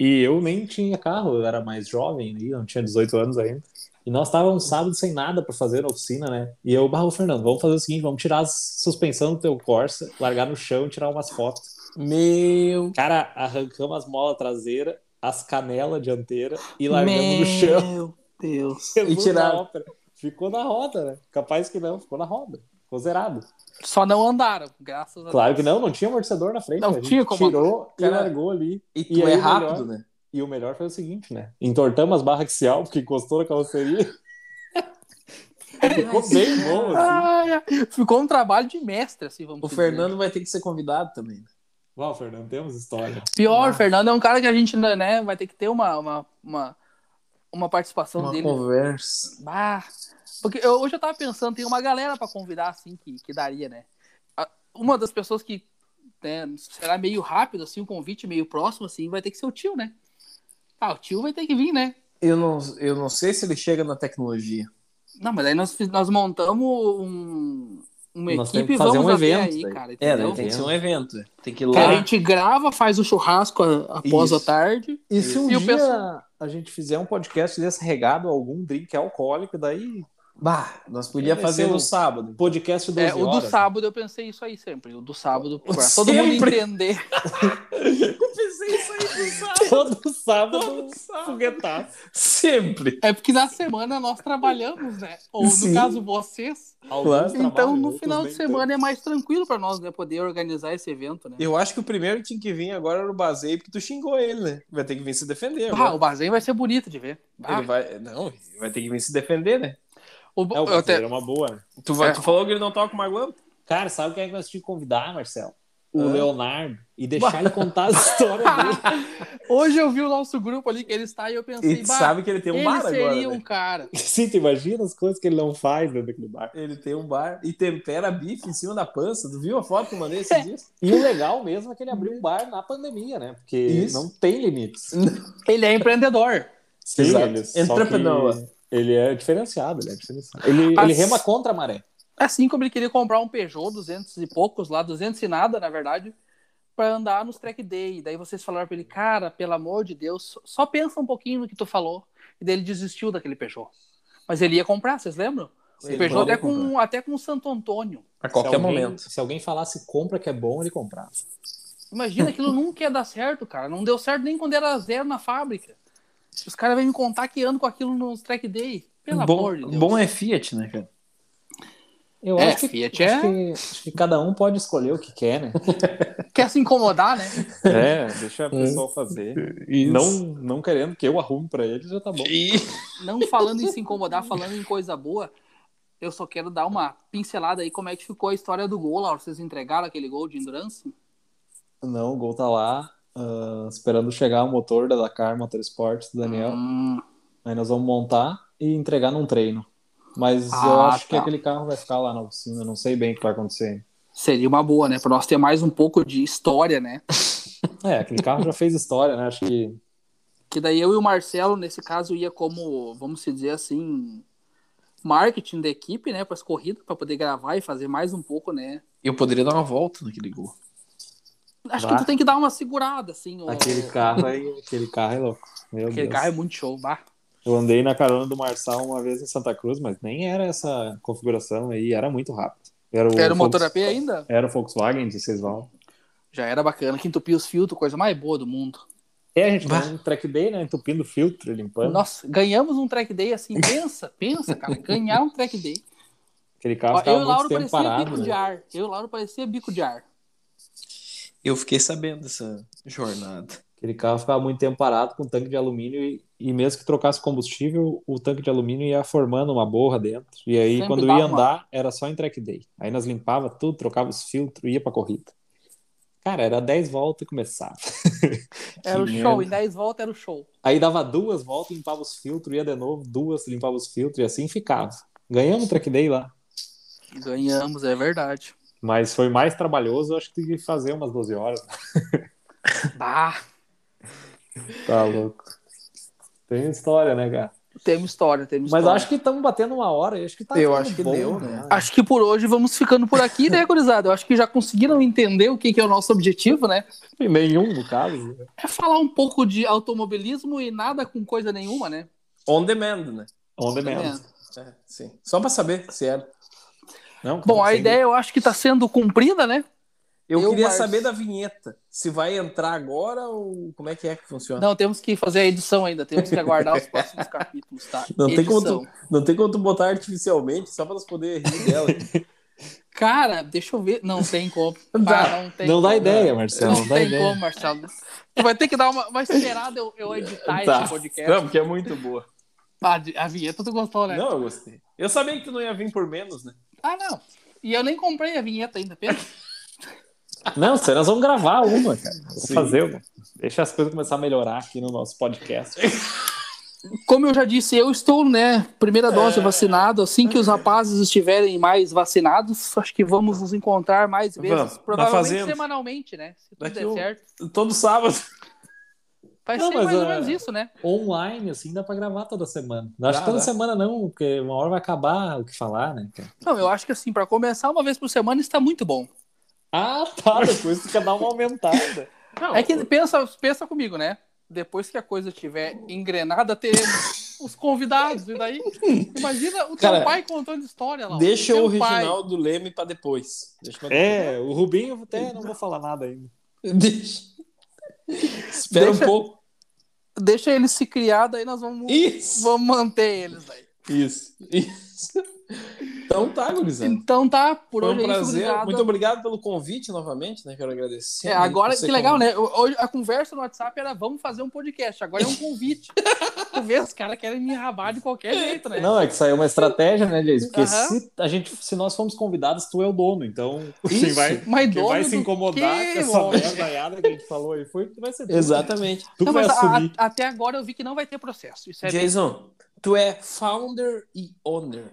e eu nem tinha carro, eu era mais jovem, ali, não tinha 18 anos ainda. E nós estávamos um sábado sem nada pra fazer na oficina, né? E eu, barro, Fernando, vamos fazer o seguinte, vamos tirar a suspensão do teu Corsa, largar no chão e tirar umas fotos.
Meu
Cara, arrancamos as molas traseiras, as canelas dianteiras e largamos
Meu
no chão.
Deus.
Levou
E tiraram.
na ópera. Ficou na roda, né? Capaz que não, ficou na roda. Ficou zerado.
Só não andaram, graças a Deus.
Claro que não, não tinha amortecedor na frente. né?
Não
a gente
tinha como-
Tirou e
Cara,
largou ali.
E tu
E aí,
é rápido, né?
E o melhor foi o seguinte, né? Entortamos as barras axial, porque encostou na carroceria. ficou bem bom, assim.
Ai, ai. Ficou um trabalho de mestre, assim, vamos
O
dizer.
Fernando vai ter que ser convidado também. né?
Uau, Fernando, temos história.
Pior,
Ah.
o Fernando é um cara que a gente ainda, né, vai ter que ter uma, uma, uma, uma participação
Uma
dele.
conversa.
Bah. Porque eu- hoje eu tava pensando, tem uma galera pra convidar, assim, que, que daria, né? A- Uma das pessoas que né, será meio rápido, assim, um convite meio próximo, assim, vai ter que ser o tio, né? Ah, o tio vai ter que vir, né?
Eu não, eu não sei se ele chega na tecnologia.
Não, mas aí nós, fiz- nós montamos um, uma
Nós temos
equipe
que
e
fazer
vamos
um
até
evento
aí,
daí.
cara.
É,
entendeu?
daí tem que ser um evento. Tem que ir
Cara, a
lá.
gente grava, faz o churrasco a- após
Isso.
a tarde.
E se um
E o
dia
pessoal-
a gente fizer um podcast desse regado a algum drink alcoólico, daí.
Bah, nós podíamos
Vai
fazer
ser
no
o-
sábado.
Podcast 12
É, o do
horas.
sábado eu pensei isso aí sempre. O do sábado, pra todo
Sempre?
mundo entender.
Eu pensei isso aí no sábado.
Todo sábado.
sábado.
Foguetaço.
Sempre.
É porque na semana nós trabalhamos, né? Ou
Sim.
no caso, vocês.
Alguns
Então
trabalham,
no
outros
final de
nem
semana é mais tranquilo pra nós, né? Poder organizar esse evento, né?
Eu acho que o primeiro que tinha que vir agora era o Bazei, porque tu xingou ele, né? Vai ter que vir se defender.
Ah,
agora.
o Bazen vai ser bonito de ver. Ah,
Ele vai... Não, ele vai ter que vir se defender, né?
o-
tanto. É, o
eu
brasileiro
até-
é uma boa, né?
Tu, vai-
É.
tu falou que ele não toca uma guampa?
Cara, sabe quem é que nós tínhamos que convidar, Marcelo? O
Hã?
Leonardo. E deixar ele contar a história dele.
Hoje eu vi o nosso grupo ali que ele está e eu
E
pensei,
tu
bah,
sabe que ele tem um
ele
bar
seria
agora,
um
né?
cara.
Sim, tu imagina as coisas que ele não faz dentro daquele bar.
Ele tem um bar e tempera bife em cima da pança. Tu viu a foto que eu mandei esses dias?
E o legal mesmo é que ele abriu um bar na pandemia, né? Porque
Isso.
não tem limites.
Ele é empreendedor.
Sim,
Exato.
ele, só
Entrepreneur.
que Ele é diferenciado, ele é diferenciado. Ele,
Ah,
ele
s-
rema contra a maré.
Assim como ele queria comprar um Peugeot 200 e poucos lá, 200 e nada, na verdade, para andar nos track day. Daí vocês falaram pra ele, cara, pelo amor de Deus, só- só pensa um pouquinho no que tu falou. E daí ele desistiu daquele Peugeot. Mas ele ia comprar, vocês lembram?
Ele
o Peugeot
mandou
até com, até com o Santo Antônio.
A
se
qualquer
alguém,
momento.
Se alguém falasse compra que é bom, ele comprava.
Imagina, aquilo nunca ia dar certo, cara. Não deu certo nem quando era zero na fábrica. Os caras vêm me contar que andam com aquilo nos track day. Pelo amor de Deus.
bom é Fiat, né, cara?
Eu
É,
acho, que,
Fiat
acho
é-
que- acho que cada um pode escolher o que quer, né?
Quer se incomodar, né?
É, deixa a pessoa fazer.
Isso.
não querendo que eu arrume para ele, já tá bom.
não falando em se incomodar, falando em coisa boa, eu só quero dar uma pincelada aí como é que ficou a história do gol, Lauro. Vocês entregaram aquele gol de endurance?
Não, o gol tá lá, ah, esperando chegar o motor da Dakar Motorsports do Daniel.
Hum,
Aí nós vamos montar e entregar num treino. Mas eu
Ah,
acho que
tá.
aquele carro vai ficar lá na oficina, não sei bem o que vai acontecer.
seria uma boa, né? Pra nós ter mais um pouco de história, né?
É, aquele carro já fez história, né? Acho que
Que daí eu e o Marcelo, nesse caso, ia como, vamos se dizer assim, marketing da equipe, né? Para as corridas, para poder gravar e fazer mais um pouco, né?
Eu poderia dar uma volta naquele gol.
Acho
Vá.
que tu tem que dar uma segurada, assim. ô-
aquele carro é, aquele carro é louco. Meu
aquele
Deus.
carro é muito show, bah.
Eu andei na carona do Marçal uma vez em Santa Cruz, mas nem era essa configuração aí, era muito rápido. Era o,
Era o motor
Volks-
AP ainda?
Era o Volkswagen de 6 válvulas.
Já era bacana, que entupia os filtros, coisa mais boa do mundo.
É, a gente fez um track day, né? Entupindo filtro, limpando.
Nossa, ganhamos um track day assim. Pensa, pensa, cara. Ganhar um track day.
Aquele
Ó,
carro
eu
ficava
e o
muito
Lauro
tempo
parecia um
parado.
bico de
Né?
ar. Eu e o Lauro parecia bico de ar.
Eu fiquei sabendo dessa jornada.
Aquele carro ficava muito tempo parado com um tanque de alumínio e, e mesmo que trocasse combustível, o tanque de alumínio ia formando uma borra dentro. E aí,
Sempre
quando
dá
ia
uma-
andar, era só em track day. Aí nós limpava tudo, trocava os filtros, ia pra corrida. Cara, era 10 voltas e começava.
Era o
Que
show,
merda.
em 10 voltas era o show.
Aí dava duas voltas, limpava os filtros, ia de novo, duas, limpava os filtros e assim ficava. Ganhamos o track day lá.
Ganhamos, é verdade.
Mas foi mais trabalhoso, acho que fazer umas 12 horas.
Bah,
Tá louco. Tem história, né, cara?
temos história, temos
Mas
história.
acho que estamos batendo uma hora e acho que tá
Eu
ficando
acho que deu, né?
Acho que por hoje vamos ficando por aqui, né, gurizada? Eu acho que já conseguiram entender o que, que é o nosso objetivo, né?
E Nenhum, no caso. né?
É falar um pouco de automobilismo e nada com coisa nenhuma, né?
On demand, né?
On
É.
demand.
É, sim. Só pra saber se era.
Não, cara,
Bom, a
sem-
ideia eu acho que tá sendo cumprida, né?
Eu,
Eu,
queria
Marcos.
saber da vinheta. Se vai entrar agora ou como é que é que funciona?
Não, temos que fazer a edição ainda, temos que aguardar os próximos capítulos, tá?
Não tem como
Edição.
Não, tem como tu botar artificialmente só pra nós poder rir dela.
Cara, deixa eu ver. Não tem como.
Dá.
Ah, não tem
Não dá
como.
ideia, Marcelo.
Não,
Não dá
tem
ideia.
como, Marcelo. Tu vai ter que dar uma, uma esperada eu, eu editar
Tá.
esse podcast.
Não, porque é muito boa.
Ah, de- a vinheta tu gostou, né?
Não, eu gostei. Eu sabia que tu não ia vir por menos, né?
Ah, não. E eu nem comprei a vinheta ainda, Pedro.
Não, senão nós vamos gravar uma, cara. Vamos
Sim.
fazer uma. Deixa as coisas começar a melhorar aqui no nosso podcast.
Como eu já disse, eu estou, né? Primeira dose vacinado. Assim que os rapazes estiverem mais vacinados, acho que vamos nos encontrar mais vezes.
Vamos, na
provavelmente
fazenda.
semanalmente, né? Se tudo
Daqui
der
um-
certo.
Todo sábado.
Vai
Não,
ser
mas,
mais ou
é,
menos isso, né?
Online, assim, dá pra gravar toda semana. Não acho
Dá,
que toda
dá.
semana não, porque uma hora vai acabar o que falar, né? cara?
Não, eu acho que assim, para começar uma vez por semana está muito bom.
Ah, tá. Depois fica dar uma aumentada.
É que pensa, pensa comigo, né? Depois que a coisa estiver engrenada, teremos os convidados. E daí, imagina o teu
Cara,
pai contando história lá.
Deixa o
teu pai.
original do Leme pra depois. Deixa pra
É, o Rubinho até não vou falar nada ainda.
Deixa. Espera
Deixa-
um pouco.
Deixa ele se criar, daí nós vamos,
Isso.
vamos manter eles daí.
Isso. Isso. Então tá, gurizada.
Então tá, por
Foi
hoje
um
é isso,
prazer.
gurizada.
Muito obrigado pelo convite novamente, né? Quero agradecer.
É, agora,
Você
que legal, né? Hoje, a conversa no WhatsApp era vamos fazer um podcast. Agora é um convite. tu vê, os caras querem me rabar de qualquer jeito, né?
Não, é que saiu uma estratégia, né, Jason? Porque
Aham.
se, a gente, se nós formos convidados, tu é o dono. Então,
Isso.
quem vai,
Mas
quem
dono
vai se
do
incomodar
quê,
com essa
homem?
merdaiada que a gente falou aí foi, tu vai ser tu.
Exatamente.
Tu
Não,
vai
mas a- a-
assumir.
até agora eu vi que não vai ter processo. Isso é bem-
Jason, tu é founder e owner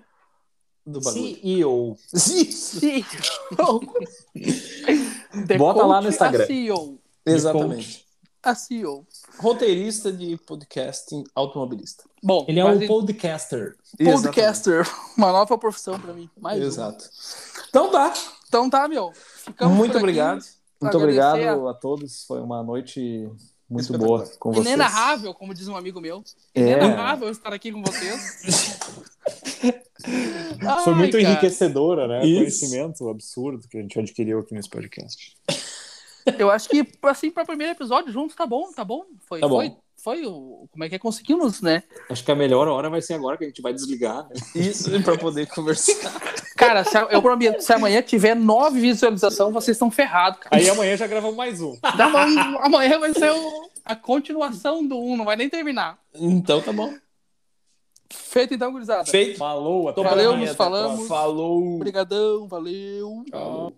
do bagulho.
CEO.
Isso.
The
Bota lá
coach,
no Instagram.
A CEO.
Exatamente.
A CEO.
Roteirista de podcasting automobilista.
Bom,
Ele é
mas um
um podcaster.
podcaster. Uma nova profissão pra mim. Mais uma.
Exato. Então tá.
Então tá, meu. Ficamos
Muito
por aqui.
obrigado.
Muito
Agradecer
obrigado a... todos. Foi uma noite muito boa com vocês.
Inenarrável, é como diz um amigo meu.
É.
Inenarrável estar aqui com vocês.
Foi
Ai,
muito
cara.
enriquecedora, né?
Isso.
Conhecimento absurdo que a gente adquiriu aqui nesse podcast.
Eu acho que, assim, para o primeiro episódio juntos, tá bom, tá bom. Foi,
Tá bom.
foi, foi o. Como é que é? Conseguimos, né?
Acho que a melhor hora vai ser agora que a gente vai desligar. Né?
Isso, pra poder conversar.
Cara, se, a- eu prometo, se amanhã tiver nove visualizações, vocês estão ferrados, cara.
Aí amanhã já gravamos mais um.
Dá uma- amanhã vai ser o- a continuação do um, não vai nem terminar.
Então tá bom.
Feito então, gurizada.
Feito.
Falou, até
Valeu,
amanhã,
nos
até a próxima.
falamos.
Falou.
Obrigadão, valeu.
Tchau.